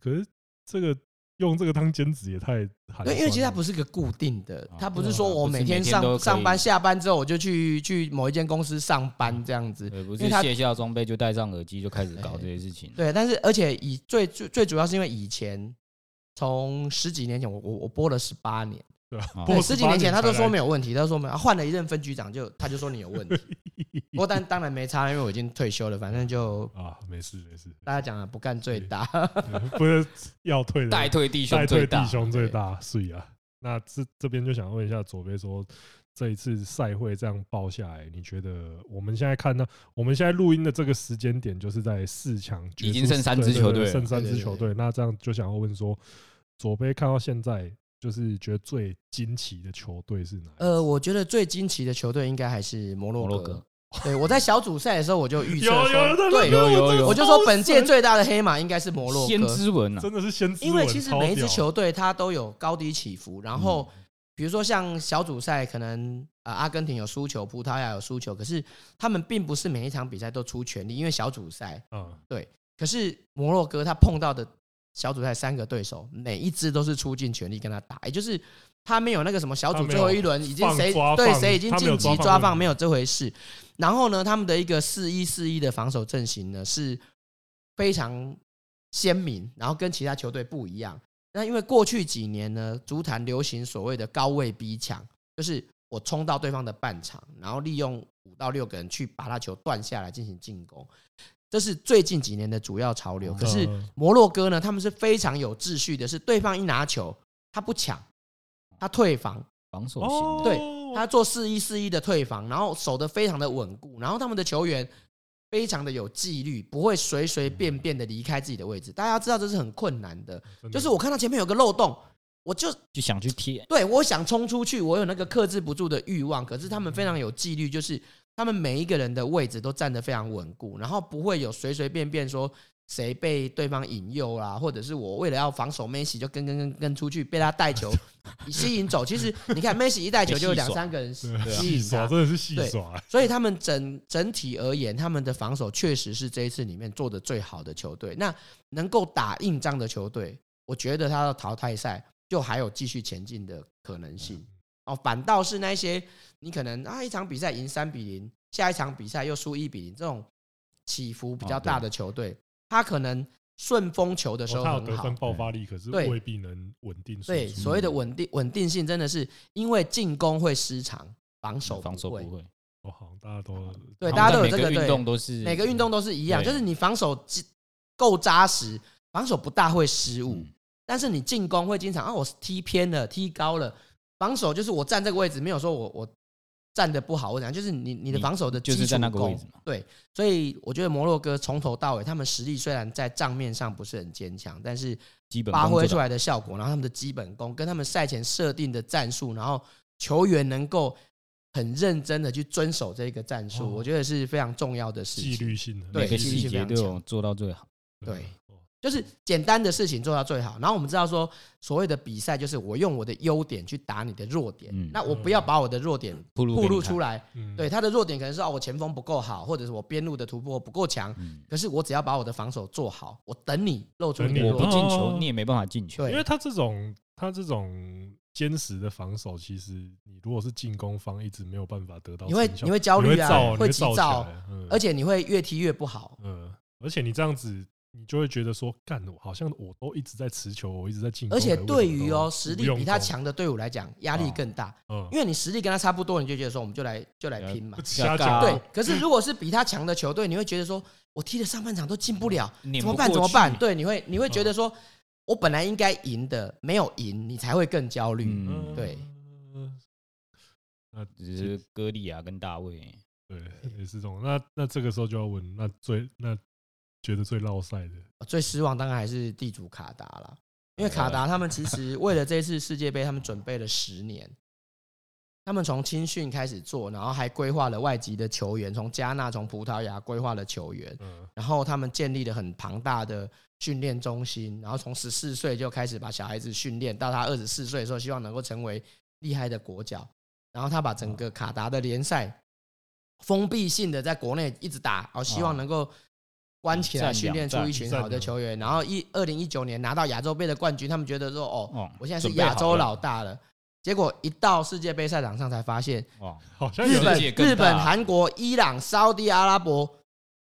可是这个用这个当兼职也太寒酸了，对，因为其实它不是个固定的，它不是说我不是每天每天上都可以上班下班之后我就去去某一间公司上班这样子。对，不因为是他卸下装备就戴上耳机就开始搞这些事情，对，但是而且以最最最主要是因为以前从十几年前我我我播了十八年。对吧哦？播对， 18十几年前他都说才来没有问题，他说没有，啊换了一任分局长就他就说你有 问题。不过但当然没差，因为我已经退休了，反正就啊，没事没事， 大家讲了不干最大。 不是要退的代退弟代退兄最哎弟大，兄最大，所以啊，那这这边就想问一下左贝说，这一次赛会这样报下来，你觉得我们现在看到我们现在录音的这个时间点，就是在四强决出已经剩三对支对球对队了剩三对支对球对队，那这样就想要问说，左贝看到现在就是觉得最惊奇的球队是哪一支？呃，我觉得最惊奇的球队应该还是摩洛摩哥。洛哥对我在小组赛的时候我就预测有说，有那呃对，有有有我就说本届最大的黑马应该是摩洛先哥，知文啊，真的是先知因为文其实超每一支屌嗯球队它都有高低起伏，然后比如说像小组赛，可能呃阿根廷有输球，葡萄牙有输球，可是他们并不是每一场比赛都出全力，因为小组赛。嗯可是摩洛哥他碰到的小组赛三个对手，每一支都是出尽全力跟他打，也就是他没有那个什么小组最后一轮已经放谁抓对放谁已经他没有晋级抓抓放放没有这回事。然后呢，他们的一个四一四一的防守阵型呢是非常鲜明，然后跟其他球队不一样。那因为过去几年呢，足坛流行所谓的高位逼抢，就是我冲到对方的半场，然后利用五到六个人去把他球断下来进行进攻，这是最近几年的主要潮流。可是嗯摩洛哥呢，他们是非常有秩序的，是对方一拿球，他不抢，他退防，防守型哦的，对他做四一四一的退防，然后守得非常的稳固，然后他们的球员非常的有纪律，不会随随便便的离开自己的位置。大家知道这是很困难的，真的就是我看到前面有个漏洞，我就就想去贴，对我想冲出去，我有那个克制不住的欲望。可是他们非常有纪律，就是他们每一个人的位置都站得非常稳固，然后不会有随随便便说谁被对方引诱啦、或者是我为了要防守梅西就跟跟跟跟出去，被他带球吸引走。其实你看梅西一带球就有两三个人对啊吸戏引他耍，真的是戏对耍、欸，所以他们整整体而言，他们的防守确实是这一次里面做的最好的球队。那能够打硬仗的球队，我觉得他到淘汰赛就还有继续前进的可能性。哦，反倒是那些你可能啊一场比赛赢三比零，下一场比赛又输一比零，这种起伏比较哦对大的球队，他可能顺风球的时哦候他有很得好分，爆发力，可是对未必能稳定输出。对所谓的稳定稳定性，真的是因为进攻会失常，防守嗯防守不不会。会，哦，好像大家都对好像大家都有每这个对运动都是每个运动都是一样，对啊就是你防守基够扎实，防守不大会失误，嗯但是你进攻会经常啊，我踢偏了，踢高了，防守就是我站这个位置，没有说我我站的不好，我讲就是你你的你防守的就是基础在那个够位置嘛对，所以我觉得摩洛哥从头到尾，他们实力虽然在账面上不是很坚强，但是基本发功挥做出到来的效果，然后他们的基本功跟他们赛前设定的战术，然后球员能够很认真的去遵守这个战术，哦我觉得是非常重要的事纪情。律性很对每个纪律细性非节常都有做到最好。对，哦就是简单的事情做到最好。然后我们知道说，所谓的比赛就是我用我的优点去打你的弱点，嗯那我不要把我的弱点铺路给暴你露看出来。嗯对，他的弱点可能是哦，我前锋不够好，或者是我边路的突破不够强。嗯，可是我只要把我的防守做好，我等你露出等你的你我弱不点。进球哦，你也没办法进球。对因为他这种他这种坚实的防守，其实你如果是进攻方一直没有办法得到你会成效你会焦虑啊你会会急急躁，嗯而且你会越踢越不好。嗯，而且你这样子，你就会觉得说，干，我好像我都一直在持球，我一直在进攻，而且对于哦可是实我都力不用比他攻，强的队伍来讲，压力更大，嗯，因为你实力跟他差不多，你就觉得说我们就来就来拼嘛不。瞎啊讲，对，可是如果是比他强的球队，你会觉得说我踢的上半场都进不了，你怎么办？怎么办？对，你会你会觉得说我本来应该赢的，没有赢，你才会更焦虑。嗯，对嗯只是歌利亚跟大卫，对，也是这种。那那这个时候就要问，那最那觉得最落赛的，最失望当然还是地主卡达啦，因为卡达他们其实为了这次世界杯，他们准备了十年。他们从青训开始做，然后还规划了外籍的球员，从加纳、从葡萄牙规划了球员，嗯，然后他们建立了很庞大的训练中心，然后从十四岁就开始把小孩子训练，到他二十四岁的时候，希望能够成为厉害的国脚。然后他把整个卡达的联赛封闭性的在国内一直打，哦，希望能够关起来一战训练出一两群战好的球员。然后一二零一九年拿到亚洲杯的冠军，他们觉得说，哦哦，我现在是准备亚好洲了老大了。结果一到世界杯赛场上，才发现哦，好像日有了本、解更大日本、韩国、伊朗、沙地阿拉伯、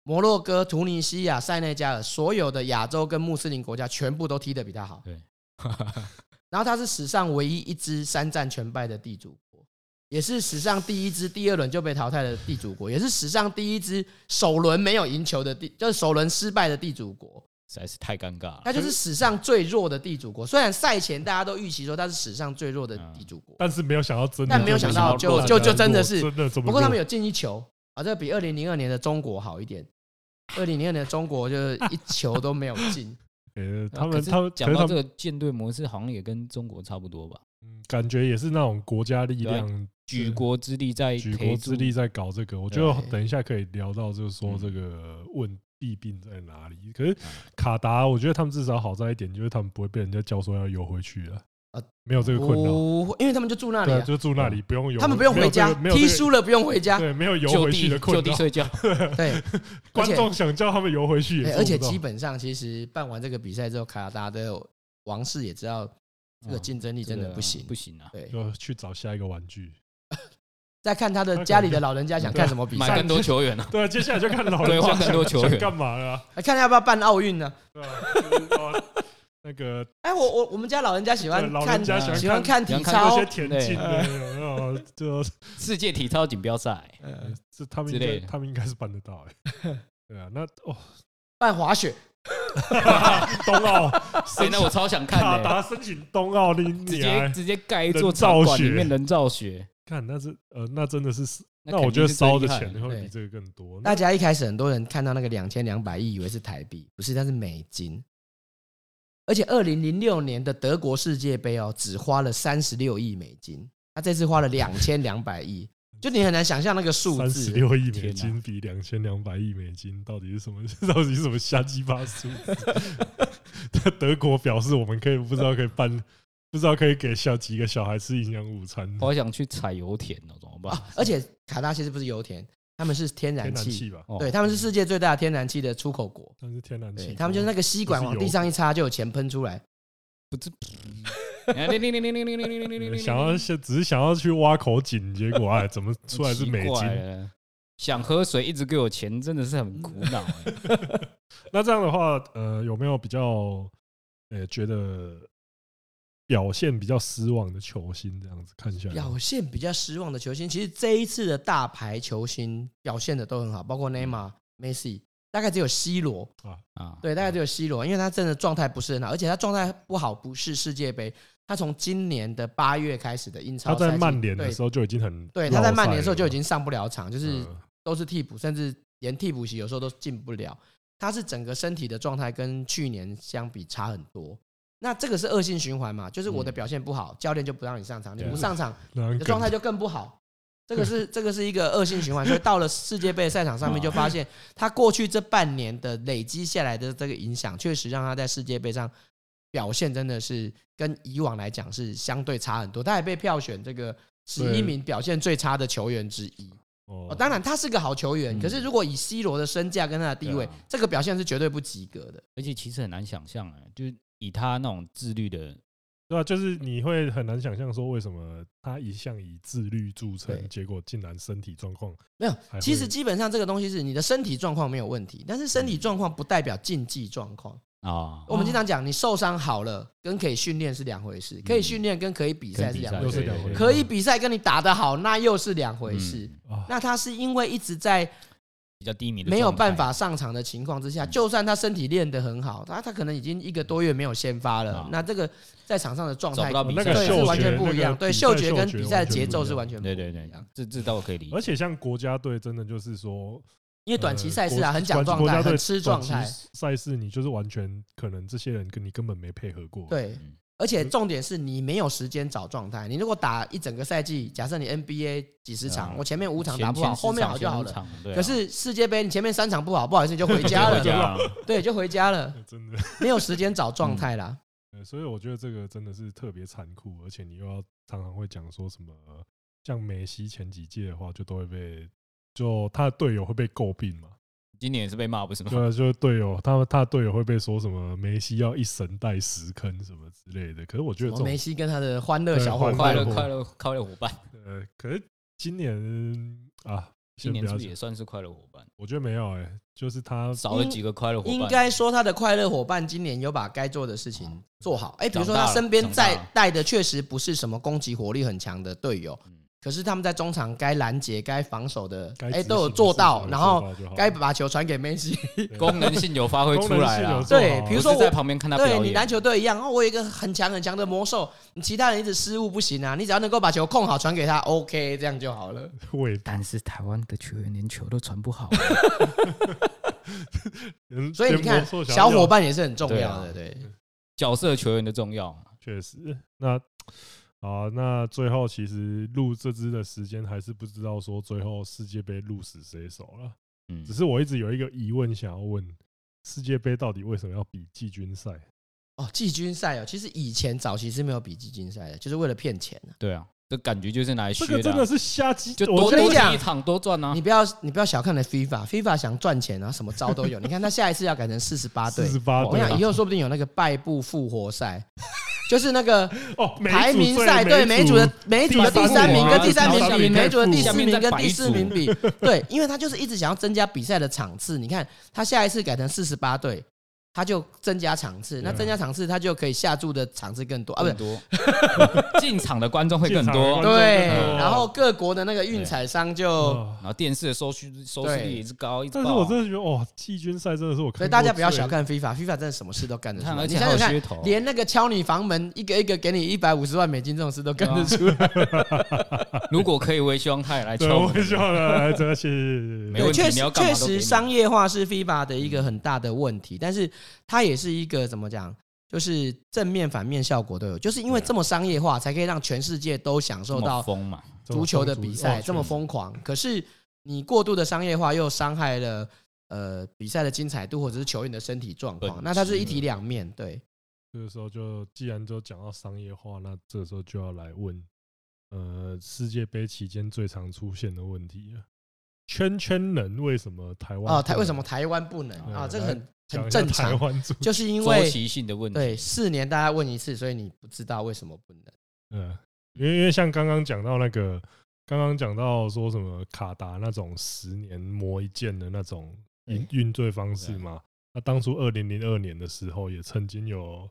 摩洛哥、突尼西亚、塞内加尔，所有的亚洲跟穆斯林国家全部都踢得比他好。对， 然后他是史上唯一一支三战全败的地主国，也是史上第一支第二轮就被淘汰的地主国，也是史上第一支首轮没有赢球的地，就是首轮失败的地主国。实在是太尴尬他了。啊就是史上最弱的地主国。虽然赛前大家都预期说他是史上最弱的地主国，但是没有想到真的，但没有想到就就就真的是真的这么弱，不过他们有进一球啊，这比二零零二年的中国好一点。二零零二年的中国就是一球都没有进，呃，啊他可们是他们讲可到是他这们个舰队模式，好像也跟中国差不多吧？嗯感觉也是那种国家力啊量。举国之力在举陪国住之力在搞这个，我觉得对等一下可以聊到，就是说嗯这个问弊病在哪里。可是嗯卡达，我觉得他们至少好在一点，就是他们不会被人家教说要游回去了啊，没 有这个困扰。不会，因为他们就住那里、对啊，啊，就住那里，不用游，他们不用回家，没有这踢个输，了不用回家没有这个，对，没有游啊就回去地的就困地扰。嗯睡觉，对，而 观且众想叫他们游回去也对，做不到，而且基本上其实办完这个比赛之后，卡达的王室也知道这哦个嗯竞争力真的这个不行，不行啊！对， 就去找下一个玩具。再看他的家里的老人啊家想看什么比买赛更，多球 员啊！对啊，接下来就看老人规划家更想多球员想干嘛了啊？哎看他要不要办奥运呢？对啊就是哦那 个哎，我我我们家老人家喜欢对老人看家喜欢喜欢看体喜欢看那操些，田径的，哦，就世界体操锦标赛，这他们呃之应该类的他们应该是办得到哎。 对啊，那哦，办滑雪，冬奥，哎，那我超 想 看卡的欸，达申请冬奥，你直你接来直接盖一座人造场馆，里雪面人造雪，看，那是呃，那真的是，那肯我定觉得是最烧的厉害钱会比对这个更多。大家一开始很多人看到那个两千两百亿，以为是台币，不是，它是美金。而且二零零六年的德国世界杯哦，只花了三十六亿美金，他这次花了两千两百亿，就你很难想象那个数三十字。哦六亿美天金比两千两百亿美金到底是什么？ 到底是什么瞎鸡巴数字？德国表示我们可以不知道可以办，不知道可以给小几个小孩吃营养午餐，好想去踩油田哦，怎么 办？而且卡达其实不是油田，他们是天然天然气气，吧？哦对，他们是世界最大的天然气的出口国。但是天然气对不，他们就是那个吸管往地上一插就有钱喷出来，不是，哎叮叮叮叮叮叮叮叮叮叮叮想要想只是想要去挖口井，结果哎，怎么出来是美奇怪金？了想喝水一直给我钱，真的是很苦恼哎、 那这样的话，呃，有没有比较呃觉得表现比较失望的球星？这样子看下来，表现比较失望的球星，其实这一次的大牌球星表现的都很好，包括内马尔、嗯梅西，大概只有 C 罗，啊，对，大概只有 C 罗，因为他真的状态不是很好，而且他状态不好不是世界杯，他从今年的八月开始的英超他在赛季曼联的对时候就已经很对，他在落曼赛联的时候就了已经上不了场，就是嗯都是替补，甚至连替补席有时候都进不了。他是整个身体的状态跟去年相比差很多。那这个是恶性循环嘛？就是我的嗯表现不好，教练就不让你上场，你对啊不上场，那你很的状态梗就更不好。这嗯个是这个是一个恶性循环，所以到了世界杯的赛场上面，啊就发现他过去这半年的累积下来的这个影响，确实让他在世界杯上表现真的是跟以往来讲是相对差很多。他也被票选这个十对一名表现最差的球员之一。哦哦，当然他是个好球员，嗯可是如果以 C 罗的身价跟他的地对位啊，这个表现是绝对不及格的。而且其实很难想象哎、就是以他那种自律的，对啊，就是你会很难想象说为什么他一向以自律著对称，结果竟然身体状况没有还，会嗯其实基本上这个东西是你的身体状况没有问题，但是身体状况不代表竞技状况。啊，哦我们经常讲，你受伤好了跟可以训练是两回嗯事，可以训练跟可以比赛是两回又事，是两回事可以比赛跟你打得好那又是两回事。嗯啊，那他是因为一直在比较低迷的，没有办。法上场的情况之下，嗯就算他身体练得很好，他他可能已经一个多月没有先发了啊，那这个在场上的状找态不到比那赛个对，嗅是觉完全不那一个样。对，比赛嗅嗅觉跟比赛的完全节奏不一是样完全不对一对对样。，这这倒可以理解。而且像国家队真的就是说，因为短期呃赛事国啊，很讲国状国态，家队很吃状短态期。赛事你就是完全可能这些人跟你根本没配合过，对嗯，而且重点是你没有时间找状态。你如果打一整个赛季，假设你 NBA 几十对场啊，我前面五场前打不好，前十后面场好就前好五了。场对啊可是世界杯你前面三场不好，不好意思就 回就家回了，家了，对，就回家了， 真的。没有时间找状态啦。嗯呃所以我觉得这个真的是特别残酷，而且你又要常常会讲说什么，呃像梅西前几届的话，就都会被就他的队友会被诟病嘛，今年也是被骂不 是吗？对啊，就是队友，他他的队友会被说什么梅西要一神带十坑什么之类的。可是我觉得什这么梅种，西跟他的欢乐小伙对快伴乐欢，乐快乐快乐伙伴，呃，可是今年啊，先今年不是要不是讲也，算是快乐伙伴？我觉得没有哎、就是他少了几个快乐伙伴，应该说他的快乐伙伴今年有把该做的事情做好。哎，比如说嗯长大他了身边长大在了带的确实不是什么攻击火力很强的队友嗯，可是他们在中场该拦截、该防守的，该哎执都有行的做事情到，有然做后到就好该把球传给梅西。功能性有发挥出来功能性有了。做对好啊比如说不是在我旁边看他表对演，你篮球队一样，哦，我有一个很强很强的魔兽，你其他人一直失误不行啊，你只要能够把球控好传给他，OK，这样就好 了。 我也但是台湾的球员连球都传不 好，嗯所以你连看魔，兽想小要啊嗯伙伴也是很重要啊的，对。角色球员的重要。确实，那好啊，那最后其实录这支的时间还是不知道说最后世界杯鹿死谁手了。嗯只，是我一直有一个疑问想要问：世界杯到底为什么要比季军赛？哦，季军赛哦，其实以前早期是没有比季军赛的，就是为了骗钱啊。对啊，这感觉就是拿来这削个真啊的是瞎鸡，就我多跟你多讲踢一场多赚啊你。不要你不要小看了 FIFA，FIFA 想赚钱啊，什么招都 有。你看他下一次要改成四十八队，啊48哦我跟你队讲以后说不定有那个败部复活赛，就是那个哦，每一组排名最赛，对每每一组的每一组的第第三三名名跟啊第三然后名下比，面每一再组的补第下四面名再跟摆第一四组名比，对，因为他就是一直想要增加比赛的场次。你看他下一次改成四十八队。他就增加场次，对那啊增加场次，他就可以下注的场次更多啊，不是更多进场的观众会更进场的多观，众对哦，然后各国的那个运彩商就，哦然后电视的收视收视率也是高，一直但是爆我啊真的觉得，哇，季军赛真的是我看过最，哦所以大家不要小看 FIFA，FIFA 真的什么事都干得出看来。而你且想还有想看噱，头，连那个敲你房门，一个一个给你一百五十万美金这种事都干啊得出来。如果可以，我也希望他也来对，敲我我很们。喜欢来，哎真的谢谢没谢谢问题对，确你实要干嘛确都给实你商业化是 FIFA 的一个很大的问题，但是它也是一个怎么讲？就是正面反面效果都有，就是因为这么商业化，才可以让全世界都享受啊这到么疯嘛，足球的比赛这么疯，哦疯狂，可是你过度的商业化又伤害了呃比赛的精彩度或者是球员的身体状本况，质那它是一体两面对。这个时候就既然都讲到商业化，那这个时候就要来问，呃，世界杯期间最常出现的问题了，圈圈人为什么台湾哦，台不能为什么台湾不能对啊？这来个很讲很一下正台常，湾足，就是因周为期性的问题。对四年大家问一次，所以你不知道为什么不能。嗯，因为因为像刚刚讲到那个，刚刚讲到说什么卡达那种十年磨一剑的那种嗯运运罪方啊式嘛，那当初二零零二年的时候也曾经有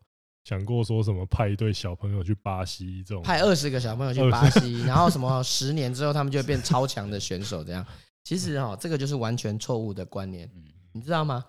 想过说什么派一对小朋友去巴西这种，派二十个小朋友去巴西， 然后什么十年之后他们就会变超强的选手，这样。其实哦，这个就是完全错误的观念，嗯，你知道吗？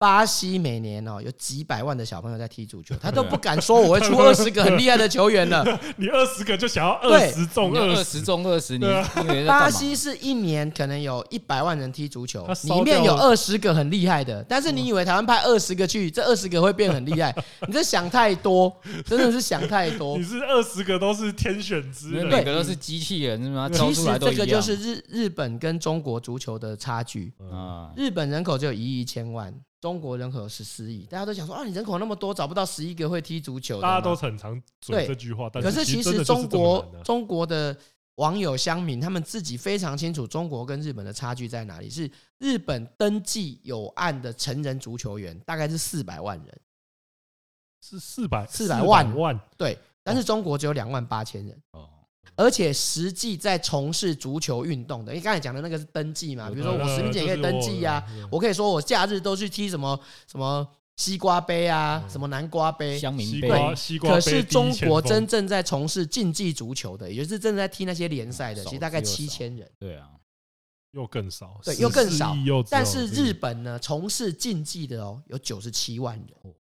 巴西每年哦有几百万的小朋友在踢足 球，他都对啊不敢说我会出二十个很厉害的 球员了。你二十个就想要二对十中你要二十，中二十，你对啊你以为在干嘛巴西是一年可能有一百万人踢足球他，烧里面有掉了二十个很厉害的，但是嗯你以为台湾派二十个去，这二十个会变 很厉害？你这想太多，真的是想太多你。是二十个都是天选之因为人，每个都是机器人，是吗？招其出实来都这一个样就是日日本跟中国足球的差距。嗯啊，日本人口只有一亿千万，中国人口十四亿，大家都想说啊，你人口那么多，找不到十一个会踢足球的大吗。家都很常嘴对这句话，但可是真其实的就是中这么国难啊中国的网友乡民他们自己非常清楚中国跟日本的差距在哪里。是日本登记有案的成人足球员大概是四百万人，是四百400万万万，对，但哦是中国只有两万八千人。哦，而且实际在从事足球运动的，因为刚才讲的那个是登记嘛，比如说呃我史密斯也可以登记呀、，啊就是我嗯我可以说我假日都去踢什么什么西瓜杯啊，什么南瓜杯，乡民西杯瓜西瓜可杯是第一中前锋，国真正在从事竞技足球的，也就是正在踢那些联赛的，少其实大概之又七少千人。对啊，又更少，对又更少14亿又只有但是日这个本呢，从事竞技的哦，有九十七万人。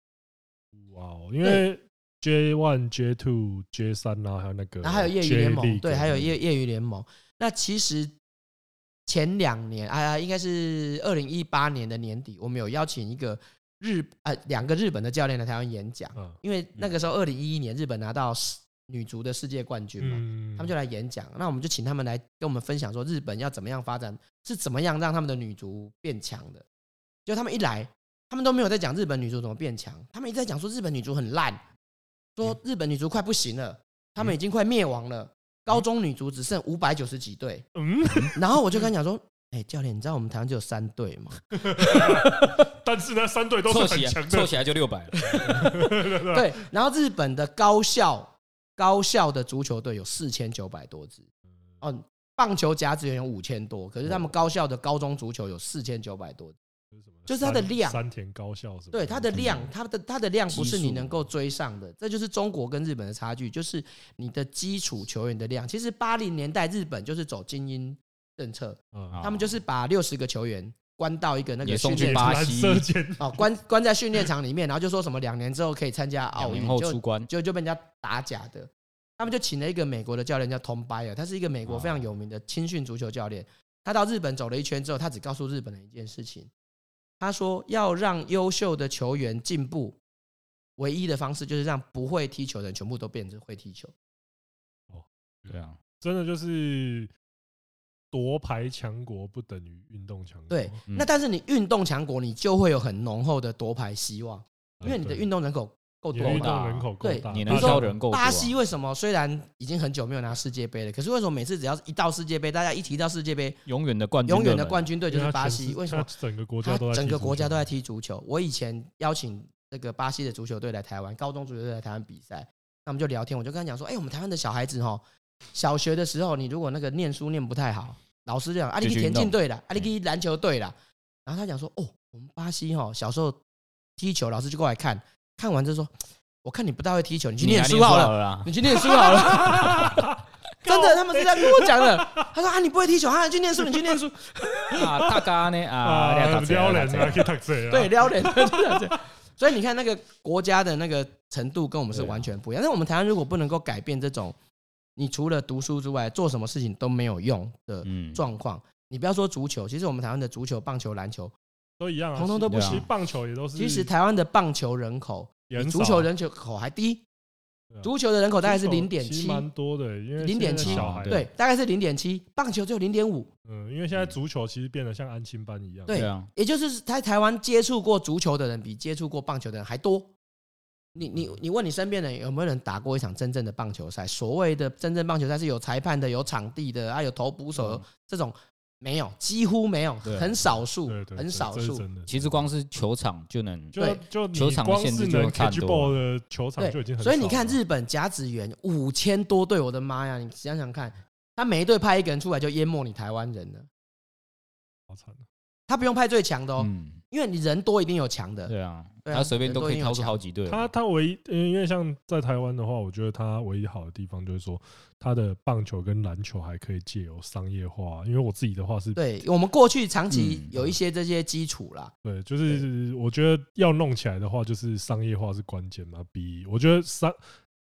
哇哦，因为 J one、J two、J 三，然后还有那个，啊然后还有业余联盟，对，嗯还有业业余联盟。那其实前两年啊，应该是二零一八年的年底，我们有邀请一个日呃两个日本的教练来台湾演讲，嗯因为那个时候二零一一年日本拿到世女足的世界冠军嘛，嗯，他们就来演讲，那我们就请他们来跟我们分享说日本要怎么样发展，是怎么样让他们的女足变强的。就他们一来，他们都没有在讲日本女足怎么变强，他们一直在讲说日本女足很烂，说日本女足快不行了，他们已经快灭亡了，高中女足只剩五百九十几队。 嗯，然后我就跟他讲说。 哎、教练，你知道我们台湾只有三队吗？但是呢，三队都是凑很起来强凑的，起来就六百了， 对，然后日本的高校高校的足球队有四千九百多支，嗯哦，棒球甲子园有五千多，可是他们高校的高中足球有四千九百多支，就是它的山量山田高校什么的，嗯对它的量，它的它的量不是基你嗯数能够追上的，这就是中国跟日本的差距，就是你的基础球员的量。其实八零年代日本就是走精英政策，嗯，啊他们就是把六十个球员关到一个那也个送训去练巴场，蓝色间哦，关关在训练场里面，然后就说什么两年之后可以参加两奥年运，后就出关，就就被人家打假的。他们就请了一个美国的教练叫 Tom Bayer，他是一个美哦国非常有名的青训足球教练。他到日本走了一圈之后，他只告诉日本人一件事情，他说要让优秀的球员进步，唯一的方式就是让不会踢球的人全部都变成会踢球。对啊， 真的就是夺牌强国不等于运动强国，对嗯，嗯那但是你运动强国，你就会有很浓厚的夺牌希望，因为你的哎对运动人口够你多的运嘛。动人口够对大，你大能家招人够多啊巴西为什么虽然已经很久没有拿世界杯了，可是为什么每次只要一到世界杯，大家一提到世界杯，永远的冠军，永远的冠军队就因是它巴全西？世为什么它整个国家他都在踢足球，整个国家都在踢足球。我以前邀请那个巴西的足球队来台湾，高中足球队来台湾比赛，那我们就聊天，我就跟他讲说，哎、我们台湾的小孩子哦，小学的时候你如果那个念书念不太好，老师就讲啊，你就去去田径弄队啦，啊，你去篮球队啦。然后他讲说，哦，我们巴西哦，小时候踢球，老师就过来看，看完就说，我看你不大会踢球，你去你念还书好了，了啦，你去念书好了。 真的，他们是在跟我讲的。他说啊，你不会踢球，啊，你去念书，你去念书。啊，大家呢啊，啊，撩 人啊，啊，可以打谁啊？对，，撩 脸就是这样子。所以你看那个国家的那个程度跟我啊们是完全不一样。但我们台湾如果不能够改变这种，你除了读书之外做什么事情都没有用的嗯，状况，你不要说足球，其实我们台湾的足球、棒球、篮球，都一样啊，通通都其不其实行棒球也都是，其实台湾的棒球人口也很比少足啊球人口还低对啊，足球的人口大概是零点其实七，蛮多的，因为0.7现在小孩对对，大概是零点七，棒球只有零点五，嗯，因为现在足球其实变得像安亲班一样，对啊，也就是在台湾接触过足球的人比接触过棒球的人还多。你你嗯你问你身边人有没有人打过一场真正的棒球赛？所谓的真正棒球赛是有裁判的、有场地的啊，有投捕手、嗯这种没有，几乎没有，对很少数对，对，很这少这是数。真的。其实光是球场就能就就球场你的光限制是就能差很 catch 多 ball 的球场就已经对，很，所以你看，日本甲子园五千多队，我的妈呀！你想想看，他每一队派一个人出来就淹没你台湾人了。好惨啊他不用派最强的哦，嗯，因为你人多一定有强的。对啊，对啊他随便都可以人多一定有掏出强好几队。他他唯一，因为像在台湾的话，我觉得他唯一好的地方就是说，他的棒球跟篮球还可以借由商业化。因为我自己的话是，对，我们过去长期嗯有一些这些基础啦，对，就是我觉得要弄起来的话，就是商业化是关键嘛。比我觉得商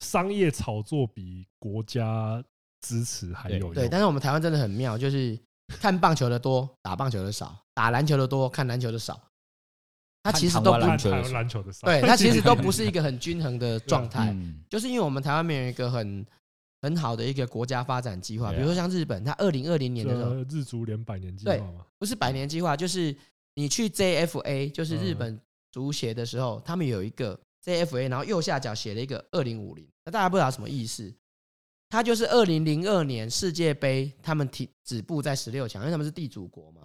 商业炒作比国家支持还有用。对，但是我们台湾真的很妙，就是看棒球的多，打棒球的少；打篮球的多，看篮球的少。它看其实台都湾不篮看球台的湾篮球的赛，对，它其实 都不是一个很均衡的状态，嗯， 就是因为我们台湾没有一个很很好的一个国家发展计划，对啊比如说像日本，它二零二零年的时候这呃日足联百年计划对嘛，不是百年计划，就是你去 JFA，就是日嗯本足协的时候，他们有一个 JFA，然后右下角写了一个二零五零，那大家不知道什么意思。他就是二零零二年世界杯，他们停止步在十六强，因为他们是地主国嘛，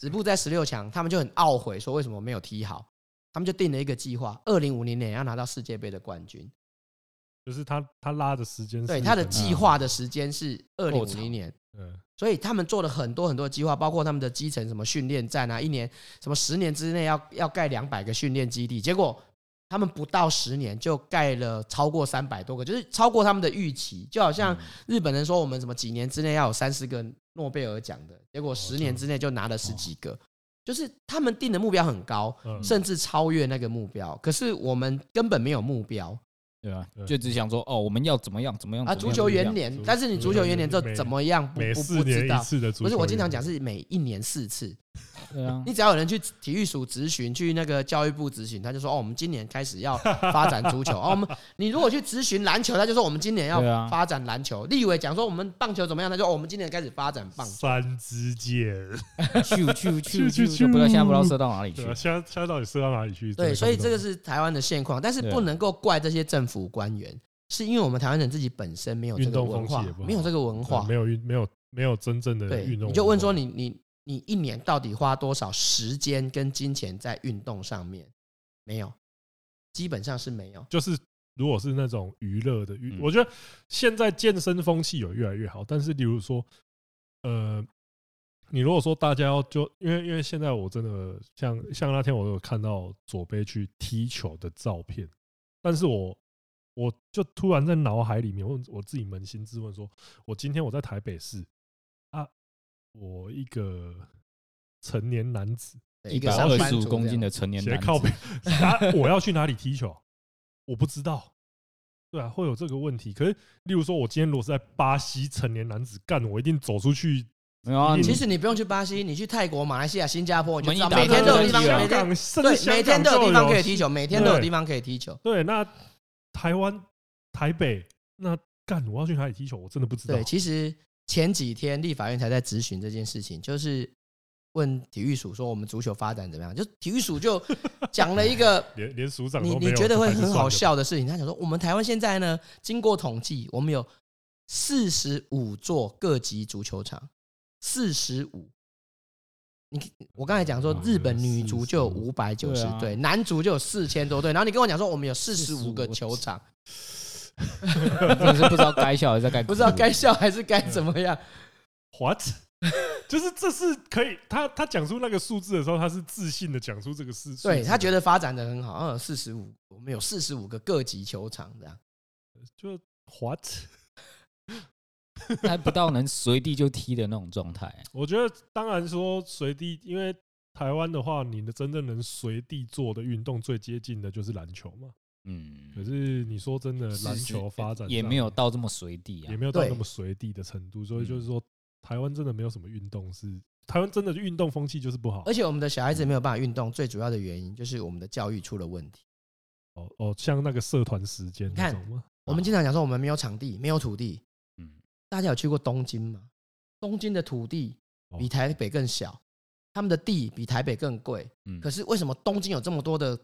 止步在十六强，他们就很懊悔，说为什么没有踢好，他们就定了一个计划，二零五零年要拿到世界杯的冠军。就是他他拉的时间是嗯对，很，他的计划的时间是二零够五长零年，嗯，所以他们做了很多很多计划，包括他们的基层什么训练站啊，一年什么十年之内要要盖两百个训练基地，结果他们不到十年就盖了超过三百多个，就是超过他们的预期。就好嗯像日本人说我们什么几年之内要有三十个诺贝尔奖的，哦结果十年之内就拿了十几个，就是他们定的目标很高，嗯甚至超越那个目标。可是我们根本没有目标对啊对，就只想说哦，我们要怎么样怎么样啊！怎足么样球怎元么样年足，但是你足球元年之足球元后年怎么样不每不四不年知一道。次的足球不员，是，我经常讲是每一年四次。对啊，你只要有人去体育署咨询，去那个教育部咨询，他就说哦，我们今年开始要发展足球。哦，我们你如果去咨询篮球，他就说我们今年要对啊发展篮球。立委讲说我们棒球怎么样，他就说、哦、我们今年开始发展棒球。三支 箭，去去去去去，去就不知道现在不知道射到哪里去对啊，。现在现在到底射到哪里去？对，所以这个是是台湾的现况，但是对啊不能够怪这些政府官员，是因为我们台湾人自己本身没有这运个动文风气化也不，好没有这个文化没。有运没有没有真正的对，运动。你就问说你你你一年到底花多少时间跟金钱在运动上面？没有，基本上是没有。就是如果是那种娱乐的娱，嗯我觉得现在健身风气有越来越好，但是例如说，呃，你如果说大家要就因为因为现在我真的像像那天我有看到左贝去踢球的照片，但是我。我就突然在脑海里面问我自己扪心自问说我今天我在台北市啊，我一个成年男子，对一一百个上二班十族五这公样斤的成年斜男靠子背， 啊，我要去哪里踢球？我不知道。对啊，会有这个问题。可是，例如说，我今天如果是在巴西成年男子干，我一定走出去，没有啊，嗯你其实你不用去巴西，你去泰国、马来西亚、新加坡，你就知道我们每一打天都有地方，就有每香天港，啊甚至对，每天都香港有地方可以就踢有。球，每天都有地方可以踢球。对，那台湾台北那干，我要去哪里踢球？我真的不知道对，。其实前几天立法院才在质询这件事情，就是问体育署说我们足球发展怎么样，就体育署就讲了一个连连署长你都没你有觉得会还是很好算了笑的事情，他想说，我们台湾现在呢，经过统计，我们有四十五座各级足球场，四十五。你我刚才讲说，日本女足就有五百九十对啊队，男足就有四千多队，然后你跟我讲说，我们有四十五45个球场，真的是不知道该笑还是该哭不知道该笑还是该怎么样。 what？就是这是可以，他他讲出那个数字的时候，他是自信的讲出这个事。对他觉得得发展的很好，嗯，四十五，我们有四十五个各级球场这样。就 what？还不到能随地就踢的那种状态。我觉得当然说随地，因为台湾的话，你的真正能随地做的运动最接近的就是篮球嘛。嗯，可是你说真的，篮球发展也上没有到这么随地啊也。没有到对那么随地的程度，所以嗯就是说，台湾真的没有什么运动是台湾真的运动风气就是不好而且我们的小孩子没有办法运动，最主要的原因就是我们的教育出了问题。哦哦，像那个社团时间你那看种吗？我们经常讲说我们没有场地，没有土地。嗯，大家有去过东京吗？东京的土地比哦台北更小，他们的地比台北更贵。嗯可是为什么东京有这么多的？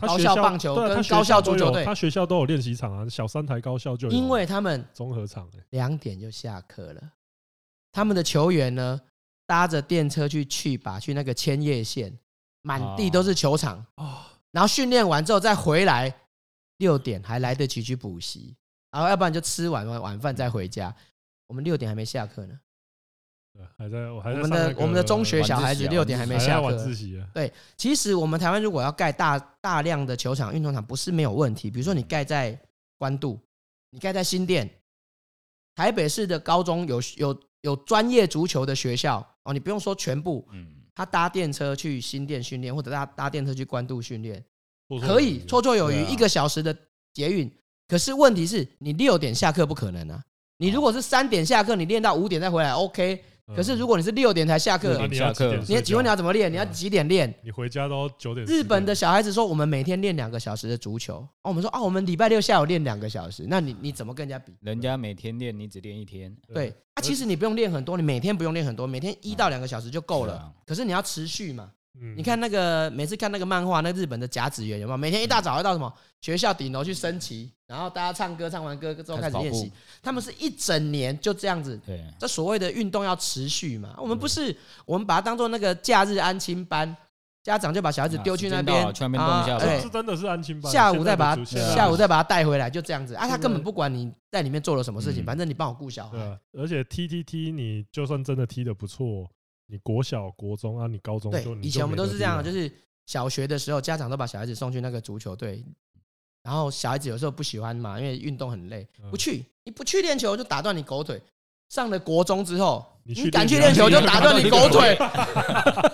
他高学校棒球对啊跟他学高校都足球有队他学校都有练习场啊，小三台高校就有因为他们综合场欸两点就下课了，他们的球员呢搭着电车去去吧，去那个千叶县，满地都是球场，哦，然后训练完之后再回来，六点还来得及去补习，然后要不然就吃完晚晚饭再回家。我们六点还没下课呢，对啊还在我还我在们上那的个我们的中学晚自习小啊孩子晚六点还自习没还在下晚课自。习啊，其实我们台湾如果要盖大大量的球场、运动场，不是没有问题。比如说你盖在关渡，你盖在新店，台北市的高中有有有专业足球的学校哦，你不用说全部，嗯，他搭电车去新店训练，或者搭搭电车去关渡训练，绰绰可有以余啊绰绰有余对，啊一个小时的捷运。可是问题是你六点下课不可能啊！你如果是三点下课，你练到五点再回来 OK。可是如果果你是六点才下那课，你要下几课嗯点睡你觉？请问你要怎么练？你要对啊几点练？你回家都九点。日本的10点小孩子说，我们每天练两个小时的足球。哦，我们说，哦，我们礼拜六下午练两个小时。那你你怎么跟人家比？人家每天练，你只练一天，对，啊，其实你不用练很多，你每天不用练很多，每天一到两个小时就够是了啊。可是你要持续嘛。嗯你看那个每次看那个漫画，那日本的甲子园有没有？每天一大早要到什么学校顶楼去升旗，然后大家唱歌，唱完歌之后开始跑练步习。，他们是一整年就这样子对，这所谓的运动要持续嘛，我们不是，我们把它当做那个假日安亲班，家长就把小孩子啊丢去时间那到边了去那边动一下吧这对这真的是安亲班，哎下午现再在的把它主线啊下午再把他带回来，就这样子啊，他现在根本不管你在里面做了什么事嗯情，反正你帮我顾小对孩，啊，而且 T T T，你就算真的踢的不错，你国小、国中啊，你高中对就，以前我们都是这样，啊就是是小学的时候，家长都把小孩子送去那个足球队，然后小孩子有时候不喜欢嘛，因为运动很累，嗯不去，你不去练球就打断你狗腿。上了国中之后，你你去敢练去球练球你就就打打断断 你你狗狗腿，啊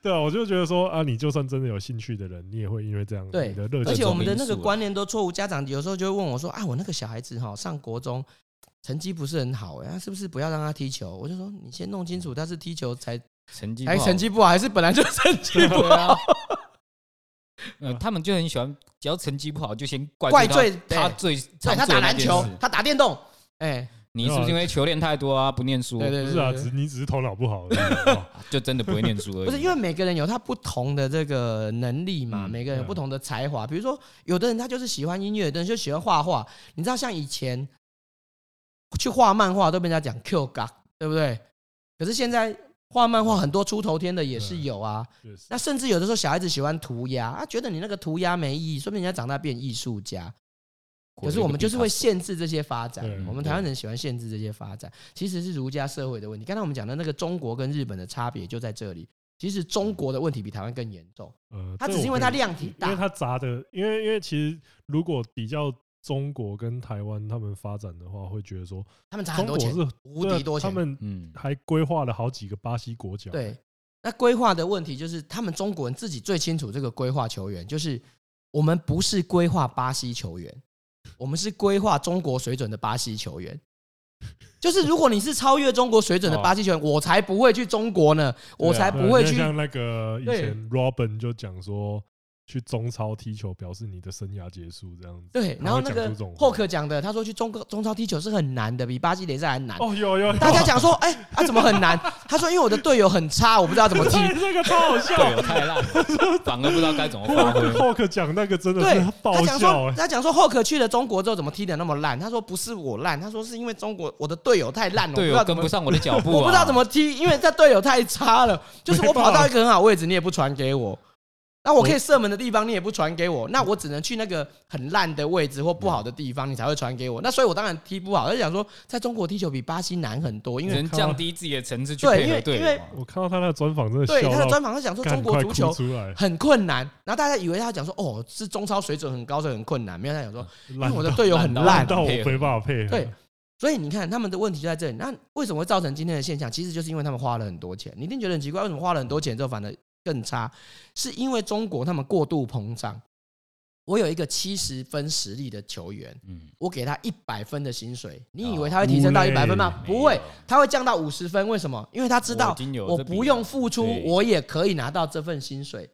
对啊，我就觉得说啊，你就算真的有兴趣的人，你也会因为这样，对你的热而情且我们的那因素个啊观念都错误，家长有时候就会问我说：“啊，我那个小孩子哈、上国中成绩不是很好、欸，哎、是不是不要让他踢球？”我就说：“你先弄清楚他是踢球才成绩不还好哎成绩不好，还啊是本来就成绩不好？啊呃，他们就很喜欢，只要成绩不好就先怪怪他罪他最对对常他做的打那篮件球事，他打电动，哎、你是不是因为球练太多啊，不念书对，对不对是啊，对只你只是头脑不好而 已，哦好不好就真的不会念书而已。不是因为每个人有他不同的这个能力嘛，嗯每个人有对啊不同的才华。比如说，有的人他就是喜欢音乐，有的人就喜欢画画。你知道，像以前去画漫画都被人家讲 Q 嘎，对不对？可是现在画漫画很多出头天的也是有啊。确实那甚至有的时候小孩子喜欢涂鸦，啊，觉得你那个涂鸦没意义，说不定人家长大变艺术家。可是我们就是会限制这些发展对，我们台湾人喜欢限制这些发展，其实是儒家社会的问题。刚才我们讲的那个中国跟日本的差别就在这里，其实中国的问题比台湾更严重，呃，它这只是因我为可它以量体因为大，它砸的，因为因为其实如果比较中国跟台湾他们发展的话，会觉得说他们砸很中多国钱，是无对啊敌多他钱。们 嗯，还规划了好几个巴西国脚，欸对，那规划的问题就是他们中国人自己最清楚这个规划球员，就是我们不是规划巴西球员，我们是规划中国水准的巴西球员。就是如果你是超越中国水准的巴西球员，我才不会去中国呢，我才哦对不会就去像那个以对前 Robin 就讲说，去中超踢球表示你的生涯结束这样子。对，他然后会那讲个出这种话 Hook 讲的，他说去中国中超踢球是很难的，比巴西联赛还难。哦，有有，有大 家讲说，哎、啊怎么很难？他说因为我的队友很差，我不知道怎 么踢。对这个超好队啊笑。友太烂，反而不知道该怎么 发挥。 Hawk 讲那个真的对是，爆他讲笑说，哎，他讲说 Hook 去了中国之后怎么踢的那么烂？他说不是我烂，他说是因为中国我的队友太烂了，队我友不知道怎跟么不上我的脚步、啊，我不知道怎么踢，因为这队友太 差了。就是我没办法跑到一个很好位置，你也不传给我。那我可以射门的地方你也不传给嗯我，那我只能去那个很烂的位置或不好的地方，你才会传给我。那所以我当然踢不好。他就想说，在中国踢球比巴西难很多，因只为能降低自己的层次去对配因为合队因为友嘛。我看到他那个专访真的对笑他的到专访，他讲说干中国快足哭球出来，很困难，然后大家以为他讲说哦是中超水准很高，所以很困难，没有他讲说因为烂我的到队友很烂烂烂，到我没办法配合。啊对，所以你看他们的问题就在这里。那为什么会造成今天的现象？其实就是因为他们花了很多钱。你一定觉得很奇怪，为什么花了很多钱之后反而更差？是因为中国他们过度膨胀。我有一个七十分实力的球员，嗯，我给他一百分的薪水，你以哦为他会提升到不一累百分吗？没有不会，，他会降到五十分。为什么？因为他知我道已经有我这笔不了用付出，对我也可以拿到这份薪水。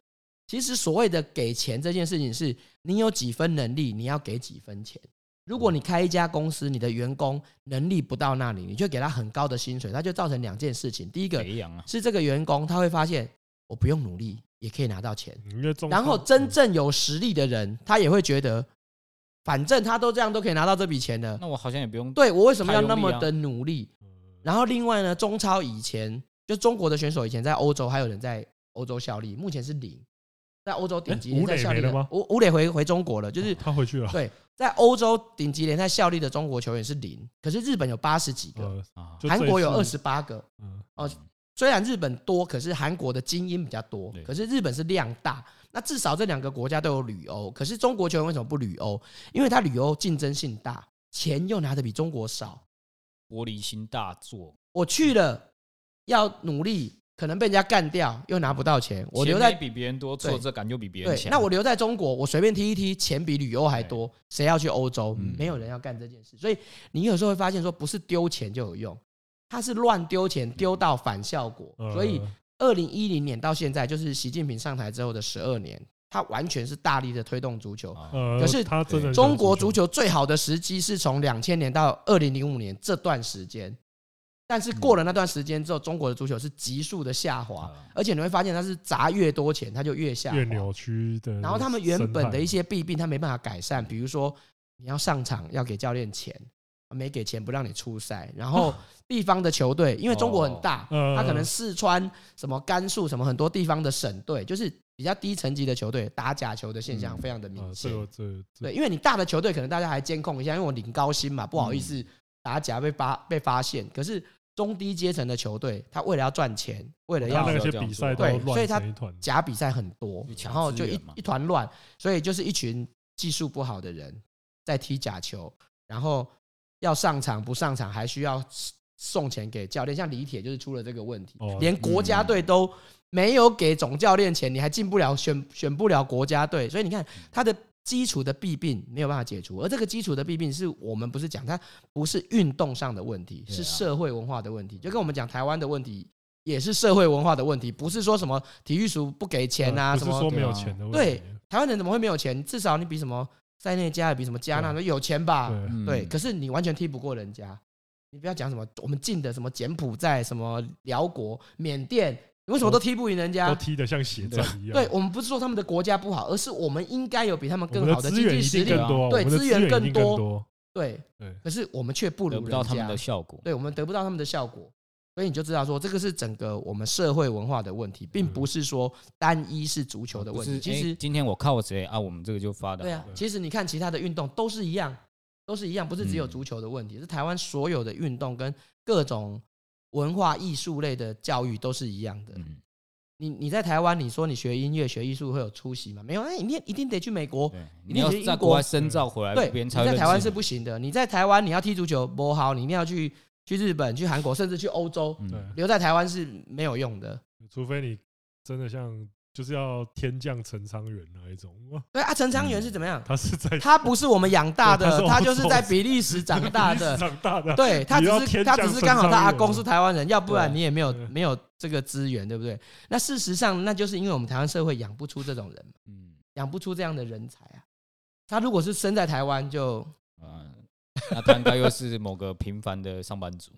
其实所谓的给钱这件事情是，你有几分能力，你要给几分钱。如嗯果你开一家公司，你的员工能力不到那里，你就给他很高的薪水，他就造成两件事情：第一个培养啊，是这个员工他会发现我不用努力也可以拿到钱，因为中然后真正有实力的人，他也会觉得，反正他都这样都可以拿到这笔钱了，那我好像也不用对我为什么要太用那力么啊的努力？嗯然后另外呢，中超以前就中国的选手以前在欧洲还有人在欧洲效力，目前是零，在欧洲顶级诶联吴赛磊效力没了的吗哦吴吴磊回回中国了，就是嗯他回去了，对，在欧洲顶级联赛效力的中国球员是零，可是日本有八十几个，呃，啊，就韩这一国有次二十，八个，嗯哦，虽然日本多，可是韩国的精英比较多对，可是日本是量大。那至少这两个国家都有旅欧，可是中国球员为什么不旅欧？因为他旅欧竞争性大，钱又拿的比中国少。玻璃心大作，我去了要努力，可能被人家干掉，又拿不到钱。我留钱在没比别人多，对挫折感就比别人对，强。那我留在中国，我随便踢一踢，钱比旅欧还多，谁要去欧洲？嗯没有人要干这件事。所以你有时候会发现，说不是丢钱就有用，他是乱丢嗯钱，丢到反效果。呃所以二零一零年到现在，就是习近平上台之后的十二年，他完全是大力的推动足球。啊呃，可是他真的中国足球最好的时机是从两千年到二零零五年这段时间，但嗯是过了那段时间之后，中国的足球是急速的下滑，啊而且你会发现它是砸越多钱，它就越下越滑。扭曲的生态，然后他们原本的一些弊病，他没办法改善，比如说你要上场要给教练钱，没给钱不让你出赛，然后地方的球队，因为中国很大，啊哦他可嗯能四川、什么甘肃、什么很多地方的省队，就是比较低层级的球队打假球的现象嗯非常的明呃，显这。个这对，因为你大的球队可能大家还监控一下，因为我领高薪嘛，不好意嗯思打假被发被发现。可是中低阶层的球队，他为了要赚钱，为了他要那要些这样比做赛都对所乱以他成一团，假比赛很多去，抢然后资就一源嘛一团乱，所以就是一群技术不好的人在踢假球，然后要上场不上场还需要送钱给教练，像李铁就是出了这个问题，哦连国家队都没有给总教练钱，你还进不了嗯选选不了国家队，所以你看他的。基础的弊病没有办法解除，而这个基础的弊病是我们不是讲它不是运动上的问题，对啊是社会文化的问题。就跟我们讲台湾的问题也是社会文化的问题，不是说什么体育署不给钱啊，呃什不是么说没有对啊钱的问对题，台湾人怎么会没有钱？至少你比什么塞内加尔、比什么加纳对都有钱吧？对，嗯对，可是你完全踢不过人家。你不要讲什么我们进的什么柬埔寨、什么辽国、缅甸，你为什么都踢不赢人都家？踢啊得像血战一样，对，我们不是说他们的国家不好，而是我们应该有比他们我更们好的的资经源济一实定力更。啊多，我对们的资资源源更一定多更多，对，对，可是我们却不得如不到人他们家的效果。对我们得不到他们的效果，所以你就知道说，这个是整个我们社会文化的问题，并不是说单一是足球嗯的哦不问是哎题。，其诶实，今天我靠谁啊？我们这个就发达。对啊对，其实你看其他的运动都是一样，都是一样，不是只有嗯足球的问题，是台湾所有的运动跟各种文化艺术类的教育都是一样的。嗯，你你在台湾，你说你学音乐、学艺术会有出息吗？没有，那哎你一定一定得去美国。对，一定你要哦是英在国国外深造回来，对，别人你才会在台认湾识是你不行的。你在台湾你要踢足球不好，你一定要去去日本、去韩国，甚至去欧洲。嗯对留在台湾是没有用的。除非你真的像就是要天降陈昌元那一种，哇，对啊，陈昌元是怎么样？他是在他不是我们养大嗯 对他是的，欧他洲就是在比利时长大历史 的。长大的，对他只你要是天他降只是刚好他阿公是神台湾人，要不然对啊你也没有对没有这个资源，对不对？那事实上，那就是因为我们台湾社会养不出这种人，嗯养不出这样的人才啊。他如果是生在台湾，就啊，那他应该又是某个平凡的上班族，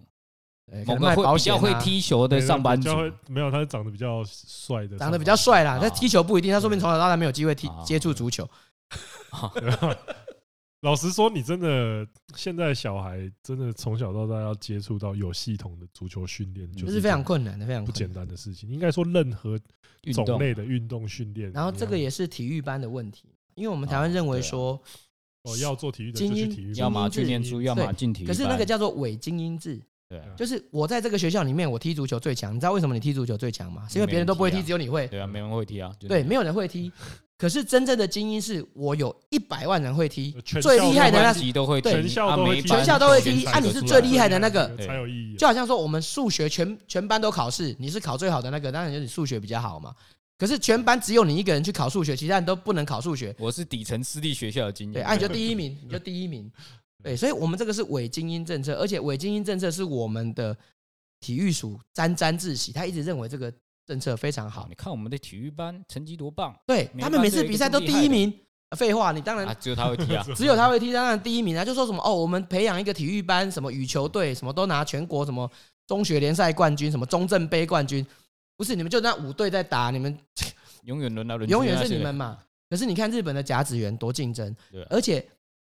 呃可某能个卖会保比较险会啊，踢球的对上班比族较。会没有，他是长得比较帅的，长得比较，帅啦啊。那踢球不一定，他说不定从小到大没有机会踢啊接触足球。 老实说，你真的现在小孩真的从小到大要接触到有系统的足球训练，就这是是非常一件困难的，非常不困简难。单的事情。应该说，任何运种动类的运动训练，然后这个你也是体育班的问题，因为我们台啊湾认为对啊说，要哦要做体育的就精去英体育呃要班，么去精英念制书，要么对进体育可班。是那个叫做伪精英制，对就是我在这个学校里面，我踢足球最强。你知道为什么你踢足球最强吗？是因为别人都不会没踢，人踢啊只有你会。对啊，没人会踢啊。就对，你没有人会踢。可是真正的精英是我有一百万人会踢呃，全最校厉都害的会那班级都会踢，对全校都啊会每一踢班全校都会选踢出啊来你一个是出最来厉害的那个才有意义啊。 就好像说我们数学全全班都考试，你是考最好的那个，当然就是你数学比较好嘛。可是全班只有你一个人去考数学，其他人都不能考数学。我是底层私立学校的经对，验。啊，你就第一名，你就第一名。对，所以我们这个是伪精英政策，而且伪精英政策是我们的体育署沾沾自喜，他一直认为这个政策非常好好，你，看我们的体育班成绩多棒对每他一们班都每次有一比个赛这都么第厉害一的名。呃废话，你当然啊！只有他会踢 啊，只有他会踢当然第一名啊，就说什么哦，我们培养一个体育班，什么羽球队，什么都拿全国什么中学联赛冠军，什么中正杯冠军，不是你们就那五队在打，你们永远轮到轮，永远是你们。嘛。可是你看日本的甲子园多竞争啊对啊，而且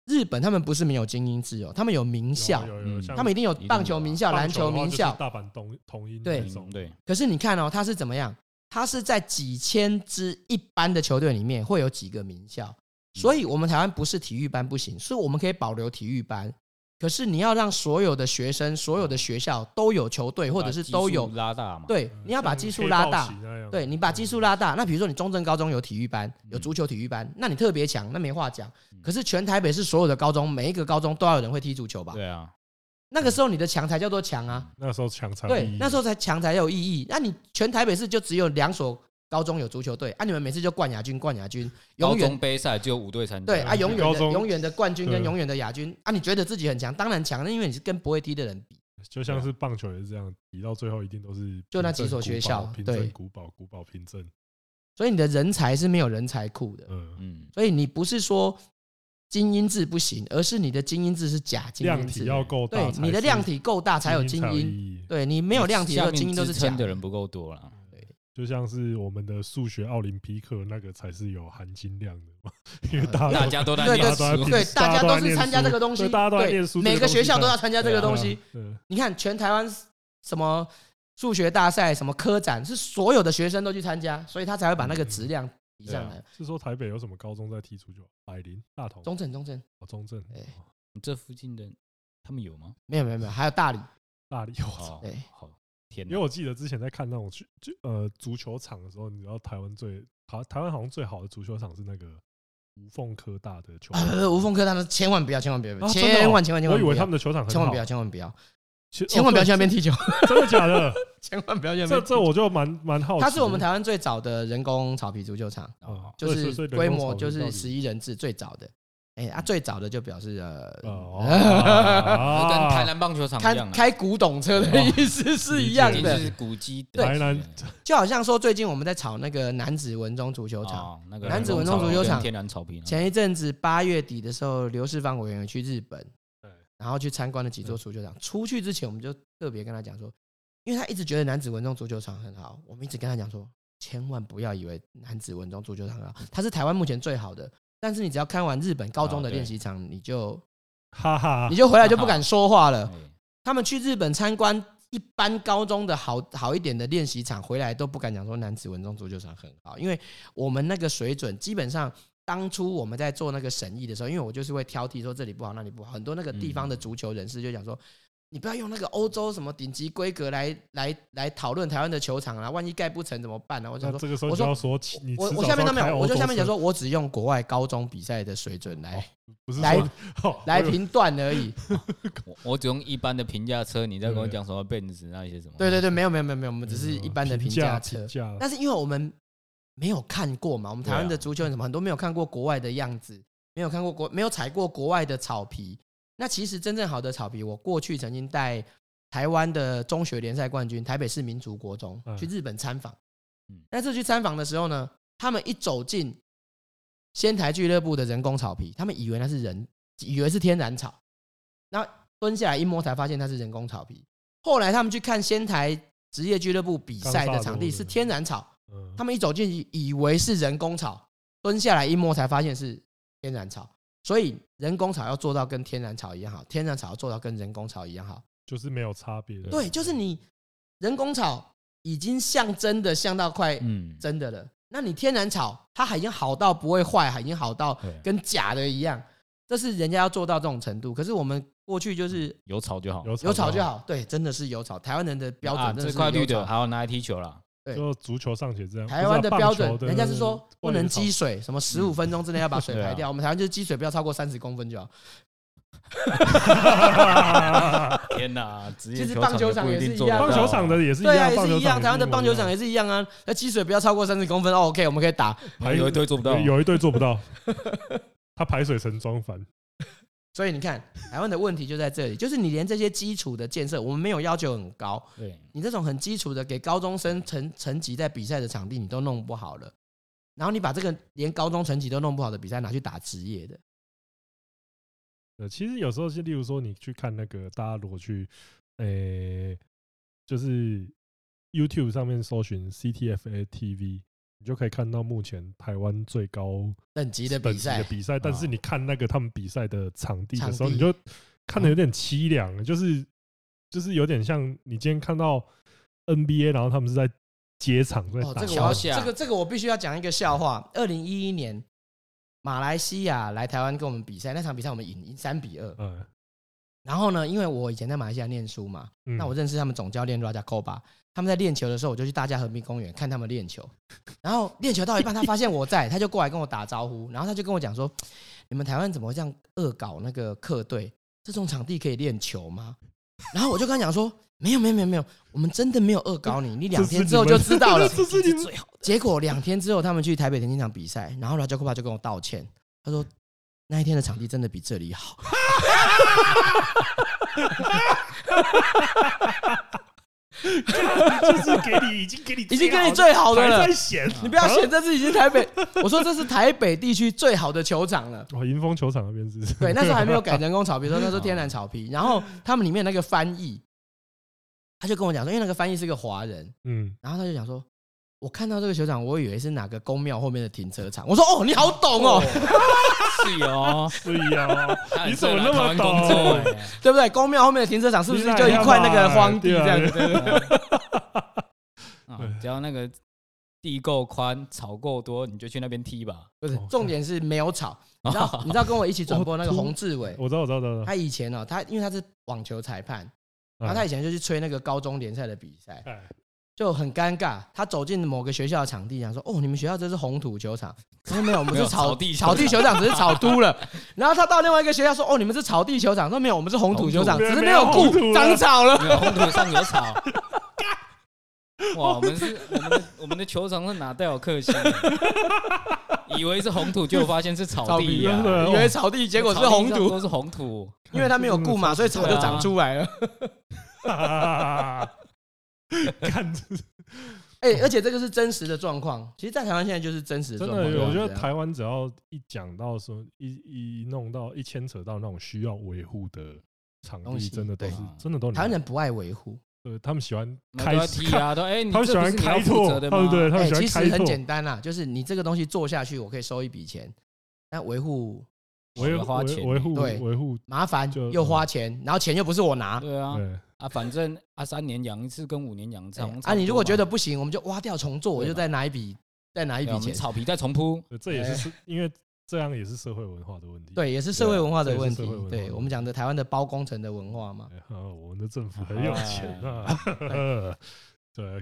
日本他们不是没有精英制哦，他们有名校，有有有嗯像他们一定有一定有棒球名校、棒篮的球话名就是校。大阪统统一对那种，对，可是你看哦，他是怎么样？他是在几千支一般的球队里面会有几个名校，嗯所以我们台湾不是体育班不行，是我们可以保留体育班。可是你要让所有的学生、所有的学校都有球队，或者是都把有基数拉大嗯嘛？，对，你要把像基数黑拉豹大旗。那样对你把基数，拉大，那比如说你中正高中有体育班，有嗯足球体育班，那你特别强，那没话讲嗯。可是全台北市所有的高中，每一个高中都要有人会踢足球吧？对啊，那个时候你的强才叫做强啊。那时候强才对第一，那时候才强才有意义。那你全台北市就只有两所高中有足球队，啊，你们每次就冠亚军，冠亚军，高永中远杯赛只有五队参加，对啊，永远高的中永远的冠军跟对永远的亚军啊，你觉得自己很强，当然强，那因为你是跟不会踢的人比。就像是棒球也是这样，比到最后一定都是就那平几所证古学堡校平对证古堡古堡平证，所以你的人才是没有人才库的，嗯，嗯，所以你不是说精英制不行，而是你的精英制是假精量英体制，要够大对，才是，你的量体够大才有精才英，意义。对你没有量体的时下候面精英都是支假撑的人不够多了。就像是我们的数学奥林匹克那个才是有含金量的嘛，因为大大家家都在对念大家都在对书拼对，嗯大家都在都是念参加书这个东西对大家都在对念书，每个学校都要参加这这个个东东西西。在，对啊你看全台湾什么数学大赛、什么科展，是所有的学生都去参加，所以他才会把那个质量提上来。嗯对，是啊说台北有什么高中在踢足球？百灵、大同、中正，中正哦中正、对哦你这附近的他们有吗？没有没有没有，还有大理，大理，我操！哦对，好，天因哪为！我记得之前在看那种去就呃足球场的时候，你知道台湾最好台湾好像最好的足球场是那个无缝科大的球啊不场，不无缝科大的千万不要，千万不要，啊真的哦千万千万千我万以不为他要们，的哦球场很千万好不要，，千万不要，其实千万不要去那边，哦踢球，对真的假的？千万不要去那这边。这我就蛮蛮好奇的，它是我们台湾最早的人工草皮足球场，哦就对所以是所以人规工模草就原到是底十一人制最早的。哎，啊，最早的就表示哦呃，就跟台啊，南棒球场 开一样啊，开古董车的意思是一样理解的就。是古迹等台级的，南就好像说最近我们在炒那个男子文中足球场，哦那个男子文草综足球跟场天然草坪啊，前一阵子八月底的时候，刘世芳委员有去日本对，然后去参观了几座足球场。出去之前，我们就特别跟他讲说，因为他一直觉得男子文中足球场很好，我们一直跟他讲说，千万不要以为男子文中足球场很好，它是台湾目前最好的。但是你只要看完日本高中的哦对练习场，你就哈哈你，就回来就不敢说话了。哎他们去日本参观一般高中的好好一点的练习场，回来都不敢讲说男子文中足球场很好，因为我们那个水准基本上。当初我们在做那个审议的时候，因为我就是会挑剔说这里不好那里不好，很多那个地方的足球人士就讲说，你不要用那个欧洲什么顶级规格来来来讨论台湾的球场啊，万一盖不成怎么办呢、我想那说，这个时候我你就说要说起，你我迟我早下面是都要没开有，欧我就洲下面讲车说，我只用国外高中比赛的水准来不是来说哦来我以为评断而已。我我只用一般的平价车，你在跟我讲什么benz 那些什么？对对对，没有没有没有没有，我们只是嗯一般 的评评价价车评。价但是因为我们没有看过嘛，我们台湾的足球人什么很多没有看过国外的样子，没有看过国没有踩过国外的草皮。那其实真正好的草皮，我过去曾经带台湾的中学联赛冠军台北市民族国中嗯去日本参访嗯。那次去参访的时候呢，他们一走进仙台俱乐部的人工草皮，他们以为那是人，以为是天然草，然后蹲下来一摸才发现它是人工草皮。后来他们去看仙台职业俱乐部比赛的场地是天然草，嗯他们一走进去以为是人工草，蹲下来一摸才发现是天然草。所以人工草要做到跟天然草一样好，天然草要做到跟人工草一样好。就是没有差别的，对，就是你人工草已经像真的像到快嗯，真的了，那你天然草它已经好到不会坏，已经好到对跟假的一样，这是人家要做到这种程度。可是我们过去就是有嗯草就好。有草就好。好，对，真的是有草。台湾人的标啊，准真这的是块绿有的，草。还有拿来踢球啦。对就足球尚且这样，台湾不的是啊标棒准，球的人家是说不能积水，什么十五嗯分钟之内要把水对啊排掉。我们台湾就是积水不要超过三十公分就好。天哪， 职其业实球棒球场也也不是一一定样做得到 棒球场的也是一对啊，样，也棒是球一样，也台湾的棒球场一也是一样啊。那积水不要超过三十公分哦，OK，我们可以打。排哎有一堆做不到 样，有有一队做不到，他排水成装反，所以你看，台湾的问题就在这里，就是你连这些基础的建设，我们没有要求很高，对，你这种很基础的给高中生层层级在比赛的场地你都弄不好了，然后你把这个连高中层级都弄不好的比赛拿去打职业的，呃，其实有时候是，例如说你去看那个大家如果去，呃、就是 YouTube 上面搜寻 CTFA TV，你就可以看到目前台湾最高等级的等比级的赛，比赛。但是啊你看那个他们比赛的场地的场时候，你地啊就看的有点凄凉，就是就是有点像你今天看到 NBA，然后他们是在街场在哦，打这个我球要小夏这个这个我必须要讲一个笑话。二零一一年，马来西亚来台湾跟我们比赛，那场比赛我们赢赢三比二。嗯然后呢，因为我以前在马来西亚念书嘛，嗯，那我认识他们总教练 Raja Koba，他们在练球的时候，我就去大家和平公园看他们练球。然后练球到一半，他发现我在，他就过来跟我打招呼，然后他就跟我讲说：“你们台湾怎么会这样恶搞那个客队？这种场地可以练球吗？”然后我就跟他讲说：“没有，没有，没有，没有，我们真的没有恶搞你，你两天之后就知道了。” 这是你们最好的。结果两天之后，他们去台北田径场比赛，然后 Raja Kopa 就跟我道歉，他说那一天的场地真的比这里好。 就是给你已经给你已经给你最好的了还在嫌，你不要嫌。选，这是已经台北， 我说这是台北地区最好的球场了。哦，迎风球场那边是不是 对，那时候还没有改人工草皮，说那时候天然草皮。然后他们里面那个翻译，他就跟我讲说，因为那个翻译是个华人，嗯，然后他就讲说，我看到这个球场，我以为是哪个公庙后面的停车场。我说哦，你好懂哦，是哦， 是呀，你怎么那么他懂很适合来台湾工作？哎对不对？公庙后面的停车场是不是就一块那个荒地这样子？对 啊只要那个地够宽，草够多，你就去那边踢吧。不是，重点是没有草。你知道，你知道跟我一起转播那个洪志伟，我知道，我知道，我知道我知道。他以前哦，他因为他是网球裁判，然后他以前就去吹那个高中联赛的比赛，哎， 就很尴尬。他走进某个学校的场地，想说：“哦，你们学校这是红土球场？” 他说：“没有，我们没是有草草地球草地球场，只是草都了。”然后他到另外一个学校说：“哦，你们是草地球场？”说：“没有，我们是红土球场，红土只是没有没有红土顾了长草了。没有红土上有 草。哇，我们是我们的我们的球场是哪带有克星 啊？以为是红土，结果发现是草地呀、草地啊”以为草地，结果是草地红上土，都是红土。因为他没有顾嘛，所以草就长出来了。看， 哎，而且这个是真实的状况。其实，在台湾现在就是真实的真状况。的，我觉得对啊台湾只要一讲到说一一弄到一牵扯到那种需要维护的场东地，西真的都是对啊真的都台湾人不爱维护。对他们喜欢那都开要踢啊，都哎、你他们喜欢这不是你要开负拓，责的他吗们？ 对他哎，们喜其实欢开很拓，简单啦，就是你这个东西做下去，我可以收一笔钱，但维护维我们护花钱维护对维护，麻烦就又花钱，然后钱又不是我拿。对啊，对，啊，反正啊，三年养一次跟五年养一次哎好像差不多啊，嘛。你如果觉得不行，我们就挖掉重做，对嘛我就再拿一笔，再拿一对啊笔我们钱。草皮再重铺，这也是因为这样也是社会文化的问题。对，也是社会文化的问对题这也是社会文化。的问对题我们讲的台湾的包工程的文化嘛，哎啊，我们的政府很有钱啊！ 对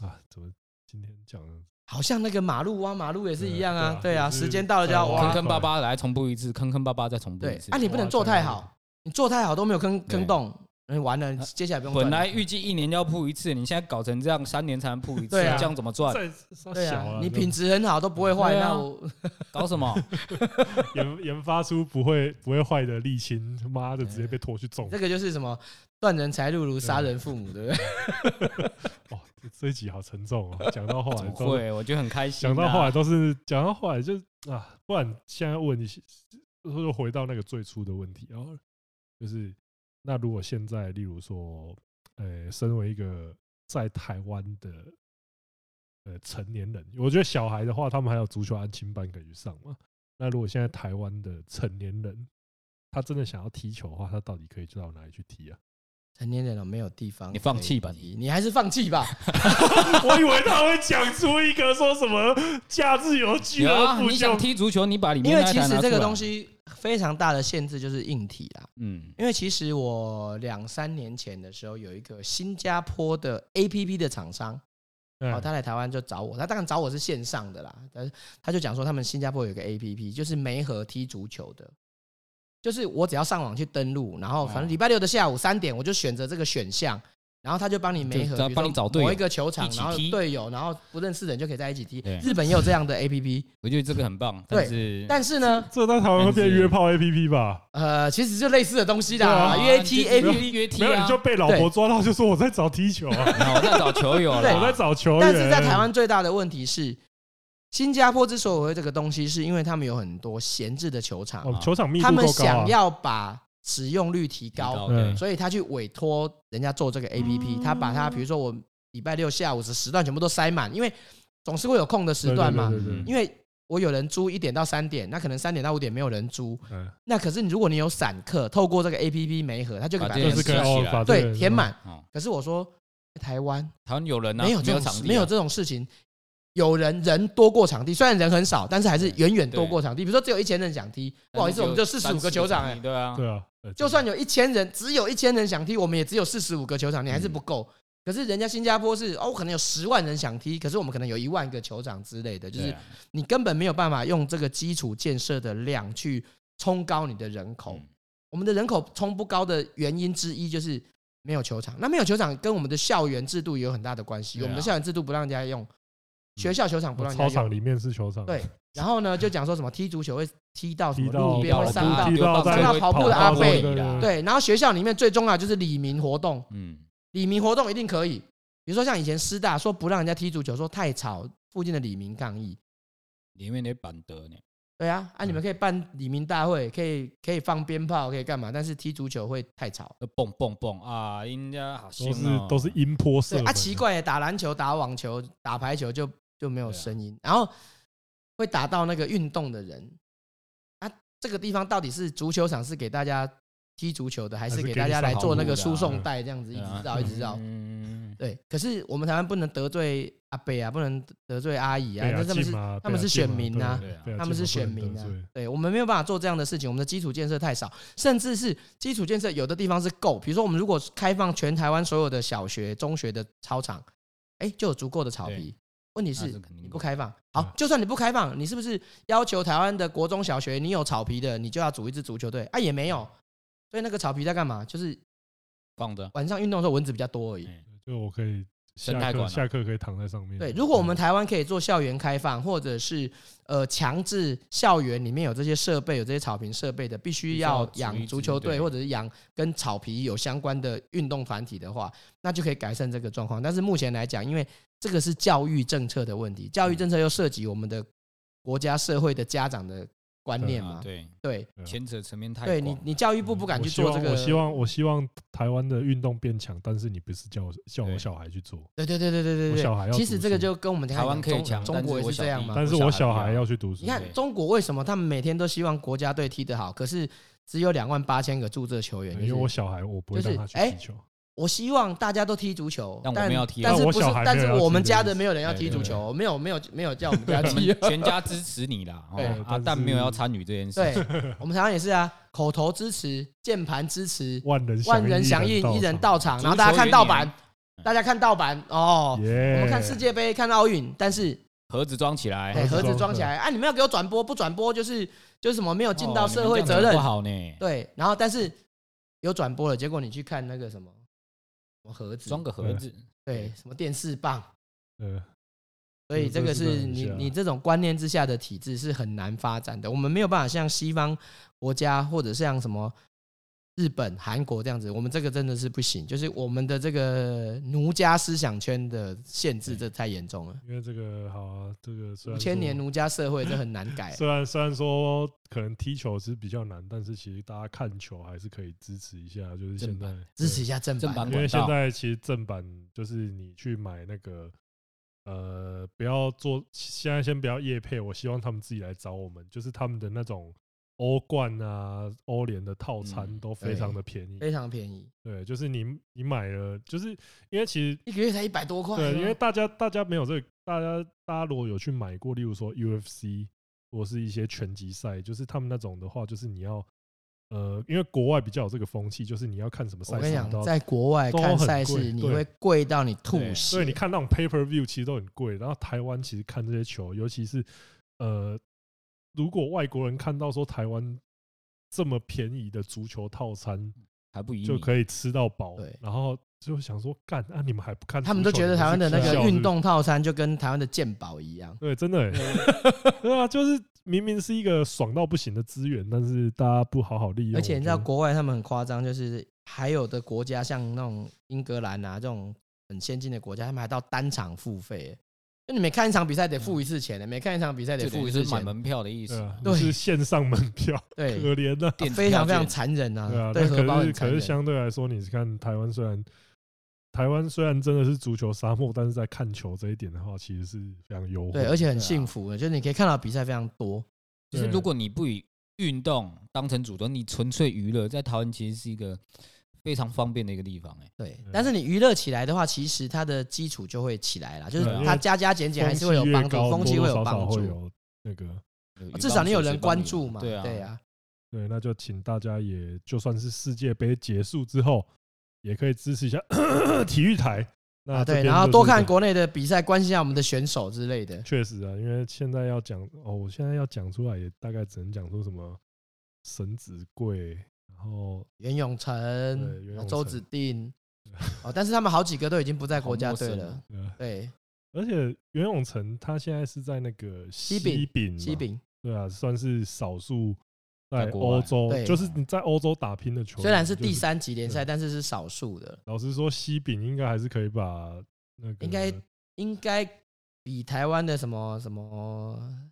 啊，怎么今天讲得好像那个马路挖马路也是一样啊。对对啊啊，就是时间到了就要对啊坑挖看。坑巴巴来重铺一次，坑坑巴巴再重铺一对次啊，。你不能做太好，你做太好都没有坑坑洞，嗯完啊了，接下来不用本赚了。来预计一年要铺一次，你现在搞成这样，三年才能铺一次，对啊这样怎么赚？再稍对小啊啊，，你品质很好都不会坏，对啊那我 搞什么？ 研研发出不会不会坏的沥青，他妈的直接被拖去种这。个就是什么断人财路如杀人父母，对不对？哦，这这一集好沉重哦，讲到后怎来么都会？我觉得很开心啊。讲到后来都是讲到后来就啊，不然现在问你，又回到那个最初的问题，然后就是那如果现在例如说，呃，身为一个在台湾的。呃，成年人，我觉得小孩的话，他们还有足球安亲班可以去上嘛。那如果现在台湾的成年人，他真的想要踢球的话，他到底可以去到哪里去踢啊？成年人了，没有地方可以你踢，放弃吧你你还是放弃吧。 我以为他会讲出一个说什么假日游俱有乐啊，部你就想踢足球，你把里面因为那一其台拿实这出个来东，西非常大的限制就是硬体啦。嗯，因为其实我两三年前的时候，有一个新加坡的 A P P 的厂商，然后嗯哦他来台湾就找我，他当然找我是线上的啦，但是他就讲说他们新加坡有一个 A P P，就是梅河踢足球的，哦就是我只要上网去登录，然后反正礼拜六的下午三点，我就选择这个选项，然后他就帮你媒合，就比如帮你说找队友某一个球场一，起然后踢队友，然后不认识的人就可以在一起踢对。日本也有这样的 A P P，我觉得这个很棒，嗯对但是但是呢，这在台湾会变约炮 A P P 吧？呃，其实就类似的东西对啊啦，约 T A P P。 P 约 T 没有，你就被老婆抓到，就说我在找踢球啊，我在找球友 对我在啦，找球员。但是在台湾最大的问题是，新加坡之所以会这个东西，是因为他们有很多闲置的球场，哦，球场密度他们够高啊想。要把使用率提高高，嗯对，所以他去委托人家做这个 APP，他把它比如说我礼拜六下午的时段全部都塞满，因为总是会有空的时段嘛对，对对对对因为。我有人租一点到三点，那可能三点到五点没有人租，嗯那可是你如果你有散客，透过这个 A P P 媒合，他就可以把把这就件是这可个以起哦来把这对个填满。哦，可是我说台湾台湾有人啊，没有没这有种场事地啊，没有这种事情。有人人多过场地，虽然人很少，但是还是远远多过场地。比如说只有一千人想踢，不好意思，我们就四十五个球场哎、哎，对啊，对啊，对就算有一千人，只有一千人想踢，我们也只有四十五个球场，你还是不够。嗯可是人家新加坡是哦，可能有十万人想踢，可是我们可能有一万个球场之类的，就对是啊你根本没有办法用这个基础建设的量去冲高你的人口。嗯我们的人口冲不高的原因之一就是没有球场。那没有球场跟我们的校园制度也有很大的关系。对啊我们的校园制度不让人家用，学校球场不让人哦操家用。场里面是球场，对然后呢，就讲说什么踢足球会踢到什踢么到路边会哦跑伤步到踢到伤到在跑步的阿贝对对对对。然后学校里面最重要的就是李明活动，啊嗯，李明活动一定可以。比如说像以前师大说不让人家踢足球，说太吵，附近的李明抗议。里面得板德呢，对啊，啊，你们可以办李明大会，可以可以放鞭炮，可以干嘛？但是踢足球会太吵。都蹦蹦蹦啊，人家好都凶是哦都是音波射啊对门啊，奇，怪耶，打篮球、打网球、打排球就就没有对啊声音，然后会打到那个运动的人。啊，这个地方到底是足球场是给大家踢足球的，还还是是给给大你家来上做那路个的输啊送带这样子一对直啊，绕一直绕？嗯，对，可是我们台湾不能得罪阿伯啊，不能得罪阿姨啊，对啊那他们是进嘛他们对是啊选民啊进嘛对对啊他们进是选嘛不能民啊得罪，对我们没有办法做这样的事情，我们的基础建设太少，甚至是基础建设有的地方是够，比如说我们如果开放全台湾所有的小学、中学的操场，哎，就有足够的草对皮。问题那是是肯定你够不开放，对好，就算你不开放，你是不是要求台湾的国中小学你有草皮的，你就要组一支足球队啊？也没有，所以那个草皮在干嘛？就是放着，晚上运动的时候蚊子比较多而已。哎就我可以生态下馆课啊下课可以躺在上面。对，如果我们台湾可以做校园开放，或者是呃强制校园里面有这些设备、有这些草坪设备的，必须要必须要组一养支足球队对或者是养跟草皮有相关的运动团体的话，那就可以改善这个状况。但是目前来讲，因为这个是教育政策的问题，嗯教育政策又涉及我们的国家社会的家长的观念啊嘛，对，对对啊牵扯层面太对，广你了嗯你教育部不敢我去希做望这个，我希望我希望台湾的运动变强，但是你不是叫我叫我对小孩去做，对对对对对我对小孩对，要其实读这个书就跟我们台湾可以中强，中国也但是这样我小弟，嘛但是我小孩要去读书。你看对中国为什么他们每天都希望国家队踢得好，可是只有两万八千个注册球员？对就因为是我小孩我不会就让他是去哎踢球，我希望大家都踢足球，但但我们要踢但是但我不是小孩？但没有是要踢我们这家个的没有人要踢对对足球，没有没有没有叫我们家我们 踢。全家支持你啦，对哦啊但，但没有啊是要参与这件事对情，，我们台湾也是啊，口头支持，键盘支持，万人万人响应应，，一人到到场，足球然后大家看盗版也，大家看盗版哦场。。我我们看世界杯，看奥运，但是盒子装起来哎，，盒子装装起来啊！你们要给我转播，不转播就是就是什么没有尽到哦你们社会这样责子任不，好呢，对，然后但是有转播了，结果你去看那个什么什么盒子，装个盒子，对什么电视棒，呃，所以这这个个真的是很你像你这种观念之下的体制是很难发展的。我们没有办法像西方国家或者像什么日本、韩国这样子，我们这个真的是不行。就是我们的这个奴家思想圈的限制，这太严重了。因为这个好啊，这个虽五然千说年奴家社会这很难改。虽然虽然说可能踢球是比较难，但是其实大家看球还是可以支持一下，就是现正在版支持一下正正版版，因为管道现在其实正版就是你去买那个，呃，不要做，现在先不要夜配，我希望他们自己来找我们，就是他们的那种欧冠啊、欧联的套餐嗯都非常的便宜，非常便宜，对，就是你你买了，就是因为其实一个月才一百多块。对，因为大家大家没有这个，大家大家如果有去买过，例如说 UFC 或是一些拳击赛，就是他们那种的话，就是你要。呃，因为国外比较有这个风气，就是你要看什么我赛跟你事，你都讲，要在国外都看很赛贵事，你对会贵到你吐对血。所以你看那种 pay per view 其实都很贵，然后台湾其实看这些球，尤其是呃，如果外国人看到说台湾这么便宜的足球套餐，还不以就你可以吃到饱对。然后就想说，干啊，你们还不看足球？他们都觉得你台湾的是那笑个是不运是动套餐就跟台湾的健保一样，对，真的、欸， 对啊，就是明明是一个爽到不行的资源，但是大家不好好利用。而且你知我道觉得国外他们很夸张，就是还有的国家像那种英格兰啊这种很先进的国家，他们还到单场付费，就你每看一场比赛嗯得付一次钱的，欸每看一场比赛得这付等一于次是买钱，门票的意对思啊嘛，，你对是线上门票，对，可怜呐、电子啊非常票非常券残忍对啊啊，，对那荷包可是很残可是忍。相对来说，你是看台湾虽然台湾虽然真的是足球沙漠，但是在看球这一点的话，其实是非常优惠。对，而且很对啊幸福的，就是你可以看到比赛非常多，就是对如果你不以运动当成主动，你纯粹娱乐，在台湾其实是一个非常方便的一个地方、欸。哎，对对。但是你娱乐起来的话，其实它的基础就会起来啦，就是对啊它加加减减还是会有风气越帮助，高风气多有多少少帮会助，有那个有啊至少你有帮助谁人帮关你注嘛，对啊，对啊，对，那就请大家也就算是世界杯结束之后，也可以支持一下 体育台。那啊这对，边然后就是多看这国内的比赛，关心一下我们的选手之类的。确实啊，因为现在要讲哦，我现在要讲出来也大概只能讲出什么沈子贵，然后袁咏晨对袁咏、周晨子 定，哦，但是他们好几个都已经不在国家队好陌生了啊。呃，对，而且袁咏晨他现在是在那个西丙丙丙西嘛，饼对啊，算是少数在在国欧外洲，对就是你在欧洲打拼的球员，啊虽然是就是第，三级联对赛，但是是少数的，老实说，西丙应该还是可以把那个应该应该比台湾的什么什么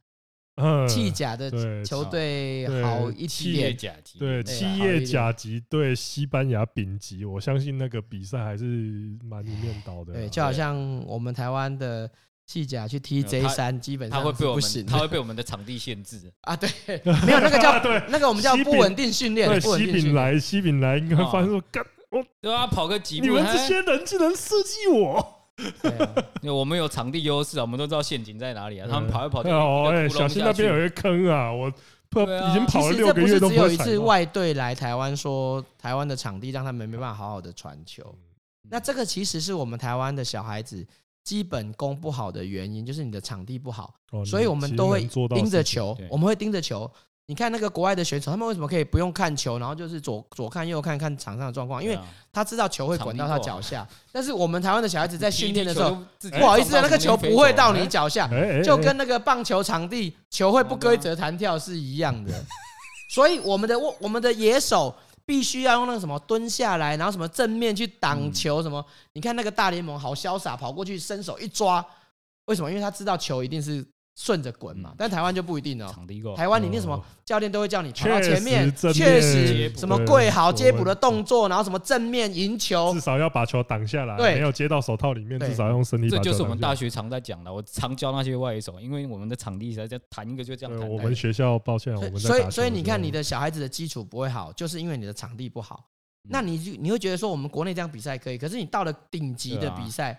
嗯弃甲的对球队对好一企点业点。甲级对对啊七好一叶点甲级对西班牙丙级，我相信那个比赛还是蛮一面倒的啊。对，就好像我们台湾的弃甲去踢没有 J 他三，基本他上会是被我不们行他的会被我们的场地限制。啊。对，没有那个叫 对那个我们叫西不丙稳定训练，对不稳西定训饼练。哦来西饼来，你会发现说，干我对啊，跑个几步，你们这哎些人竟然设计我，对啊对我们有场地优势啊，我们都知道陷阱在哪里啊。他们跑 一跑嗯就哦，哎，一个窟窿小心下那去边有一个坑啊，我不对啊已经其跑了实六这个月不是都只不有会一踩次到。外队来台湾说台湾的场地让他们没办法好好的传球，嗯那这个其实是我们台湾的小孩子基本功不好的原因，就是你的场地不好，哦所以我们都会你其实能做到盯着事情，球对，我们会盯着球。你看那个国外的选手，他们为什么可以不用看球，然后就是左左看右看看场上的状况？因为对啊他知道球会滚到他脚下。但是我们台湾的小孩子在训练的时候，，踢一踢球就自己不好意思，啊撞那个旁边球飞不会走到哎你脚下，哎哎，就哎跟那个棒球场地球会啊不规则弹跳是一样的。 所以我们的我我们的野手必须要用那个什么蹲下来，然后什么正面去嗯挡球，什么、你看那个大联盟好潇洒，跑过去伸手一抓，为什么？因为他知道球一定是顺着滚嘛，嗯但台湾就不一定哦。场地够，台湾你那什么哦教练都会叫你跑到确前面实正，确面实接什么对跪好对接捕的动作，然后什么正面赢球至，少要把球挡下来，对没有接到手套里面，对至少用身体把这球就是我们挡下大来学常在讲的，我常教那些外手，因为我们的场地实在这样弹一个就这样对弹。我哎们学校，抱歉，我所们以在打所以所以球你时看，候你的小孩子的基础不会好，就是因为你的场地不好。嗯那你就你会觉得说我们国内这样比赛可以，可是你到了顶级对的啊比赛，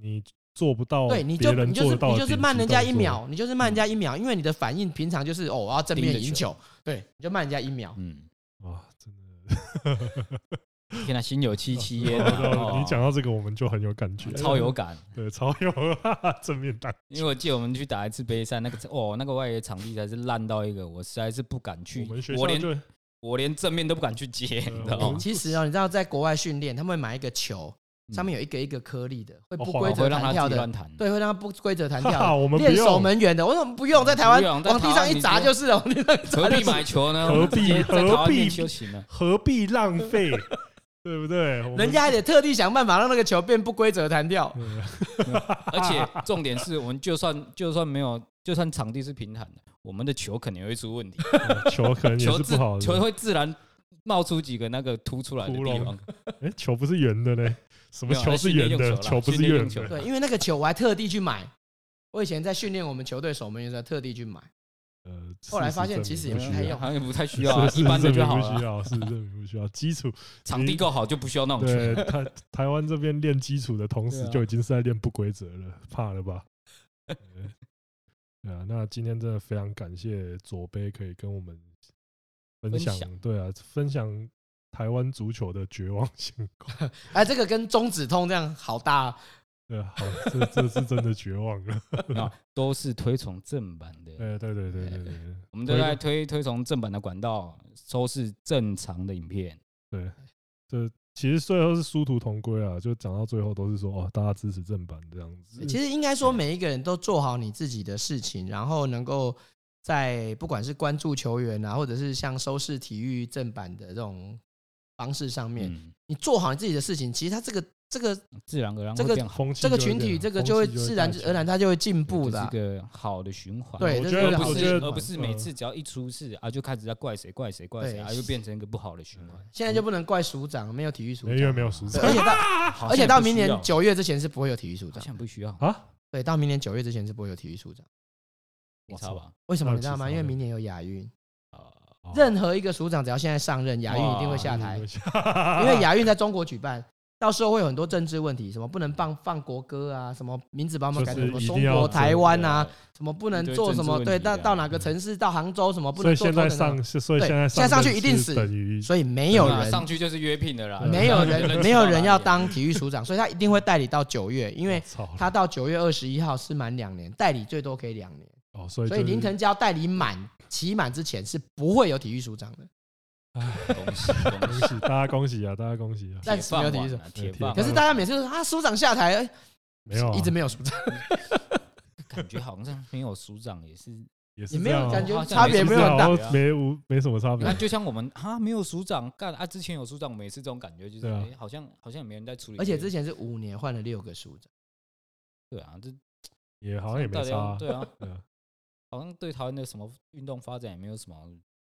你做不到，对，你就你就是你就是慢人家一，秒，你就是慢人嗯家一秒，因为你的反应平常就是哦，我要正盯面着赢球球，对，你就慢人家一秒。嗯，哇，真 的。天哪，心有戚戚 焉啊。哦哦你讲到这个，我们就很有感觉，超有感，对，超有 哈哈正面打，因为我记得我们去打一次杯赛，那个哦，那个外野场地才是烂到一个，我实在是不敢去我们学，我校连就我连正面都不敢去接，你知哦嗯道欸吗？其实哦，你知道在国外训练，他们会买一个球，嗯上面有有一个一个颗粒的，会哦不晃规有嗯会则让弹他自跳己的乱，弹，对，会让它不规则弹哈哈跳我的。们不练守用门员的，我怎么不用？在台湾不用在往地台上湾一你砸就就是了，往地上一砸 何就必是了买球呢？何我们直接必在台湾何必练就 行了。何必浪 费，对不对？我们 人 家还得特地想办法让那个球变不规则弹跳。嗯而且重点是我们就算就算没有，就算场地是平坦的，我们的球肯定会出问题，球可能也球 是自不好球的，会自然冒出几个那个凸出来的地窟方窿。哎，球不是圆的嘞，什么啊没球有是圆训练的，用球啦球不是训练圆用球的，对，因为那个球我还特地去买。我以前在训练我们球队守门员的时候特地去买，呃，后来发现事其实实证也明没不太需要用好像也不太需要啊事，实一般的证就明好不需了。要，是证明不需要，基础场地够好就不需要那种球。对台台湾这边练基础的同时对，啊就已经是在练不规则了，怕了 吧？对对啊，那今天真的非常感谢左杯可以跟我们分享，分享对啊，分享台湾足球的绝望情况，哎，这个跟中指痛这样好大、啊， 对啊，好，这这是真的绝望 了，哎啊，都是推崇正版的，对对对对对对，我们都在推推崇正版的管道，收视正常的影片。对，这其实最后是殊途同归啊，就讲到最后都是说哦，大家支持正版这样子。哎其实应该说，每一个人都做好你自己的事情，然后能够在不管是关注球员啊，或者是像收视体育正版的这种方式上面，嗯，你做好你自己的事情，其实他这个这个自然而然这会个变好，风气这个就会群体，变这个风就会气就会自然带起而来然他就会进这步的是啊。个好的循环。对我这觉是得个而好不我的是觉得而不是嗯每次只要一出事啊，就开始在怪谁怪谁怪谁对啊，又变成一个不好的循环。现在就不能怪署长，没有体育署啊没有长，没有实质对而且到好而且像到不明需年要九月之前是不会有体育署好长，像不需要，啊，对，到明年九月之前是不会有体育署长。你知道吧？为什么那你知道吗？其实因为好像明年有亚运，啊，任何一个署长只要现在上任，哦亚运一定会下台，因因为亚运在中国举办，到时候会有很多政治问题，什么不能放放国歌啊，什么名字把我们改成什么就是一中定要国、做台湾啊，对，什么不能做什么，一堆政治问题啊对，到到哪个城市，到杭州什么不所能以做现在等等等，上，是所以对现在现在上去任一定是死等于所以没有对啊人上去就是约聘的啦，啊啊没有就是 人没有人要去到哪当体育署长，所以他一定会代理到九月，因为操他到九月二十一号是满两年，代理最多可以两年，哦，所以所以就是林腾蛟代理满期满之前是不会有体育署长的。哦里恭喜恭恭喜，喜大家恭喜啊，大家恭喜啊！ 但是没有体育署长，铁饭碗啊，铁饭碗可是大家每次都说啊，署长下台，哎没有啊， 一直没有署长。感觉好像没有署长也 是，也是也没有这样啊感觉好像差别也没是有很大好像没无没什么差你别看，。就像我们啊，没有署长干啊，之前有署长，我们也是这种感觉，就是对啊哎好像好像也没人在处理这个。而且之前是五年换了六个署长，对啊，这也好像也到没底差要啊，对啊，对啊好像对台湾的什么运动发展也没有什么。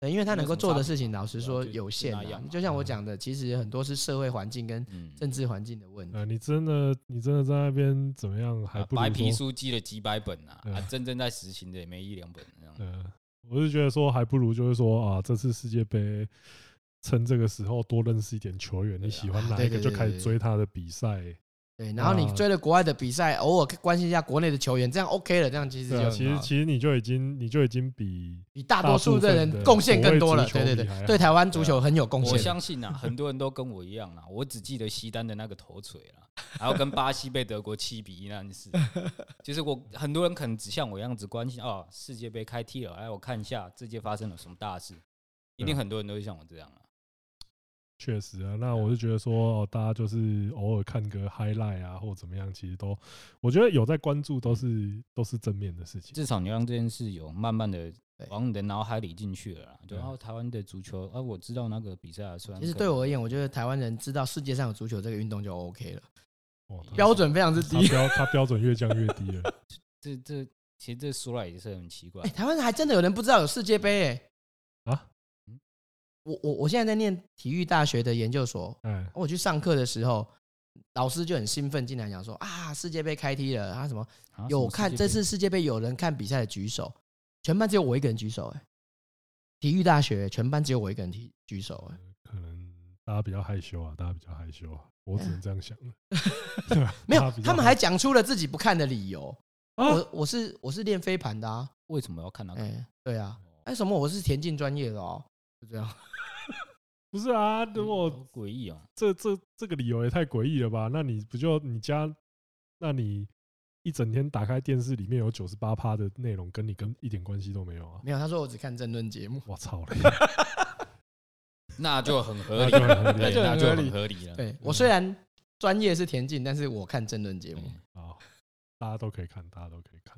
对，因为他能够做的事情，没有老什实么说差别有限、对啊就就那样啊嘛。就像我讲的，其实很多是社会环境跟嗯，政治环境的问题。呃，你真的你真的在那边怎么样，还啊不白皮如说，书记了几百本啊，对啊啊真正在实行的也没一两本啊这样。呃，我是觉得说还不如就是说啊，这次世界杯趁这个时候多认识一点球员，对啊你喜欢哪对一对个就对开对始追他的比赛，对，然后你啊追了国外的比赛，偶尔关心一下国内的球员，这样 OK 了，这样其实就对啊，很其实好其实你就已经你就已经比比大多数大部的分人的贡献更多了。国对内对足球迷还对，好啊对台湾足球很有贡我献。相信啊， 很多人都跟我一样啊，我只记得西单的那个头锤 了，还有跟巴西被德国七比一那件事。就是我很多人可能只像我一样子关心哦，世界杯开踢了，哎，我看一下这届发生了什么大啊事，一定很多人都会像我这样啊。确实啊，那我是觉得说，哦，大家就是偶尔看个 highlight 啊，或怎么样，其实都，我觉得有在关注都是都是正面的事情。至少你让这件事有慢慢的对往你的脑海里进去了啦。对啊然后台湾的足球，啊，我知道那个比赛啊，虽然其实可对能我而言，我觉得台湾人知道世界上有足球这个运动就 OK 了，哇，嗯他标准非常之他低。 标他标准越降越低了。这这其实这说来也是很奇怪哎，，台湾人还真的有人不知道有世界杯哎。啊，我我我现在在念体育大学的研究所，哎，我去上课的时候，老师就很兴奋，进来讲说啊，世界杯开踢了，啊什么啊有看这，什么世界杯次世界杯有人看比赛的举手，全班只有我一个人举手、欸，体育大学全班只有我一个人提举手、欸，可能大家比较害羞啊，大家比较害羞啊，我只能这样想 了。啊没大有家比，较他们还讲出了自己不看的理由。啊我我是我是练飞盘的啊，为什么要看那哎、个？对啊，哎、什么我是田径专业的哦，就这样。不是啊，如好果诡异哦，这这这个理由也太诡异了吧？那你不就你家，那你一整天打开电视里面有九十八趴的内容跟你跟一点关系都没有啊？没有，他说我只看政论节 目。我操嘞！那就很合理，那就很合理对，那那就就很合理很合理了。对我虽然专业是田径，但是我看政论节目。对好，啊大家都可以看，大家都可以看。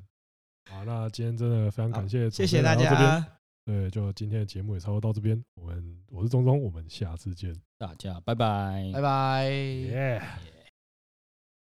好，那今天真的非常感谢，谢谢大。家，对，就今天的节目也差不多到这边，我们我是钟钟，我们下次见，嗯大家拜拜，拜拜。耶、拜。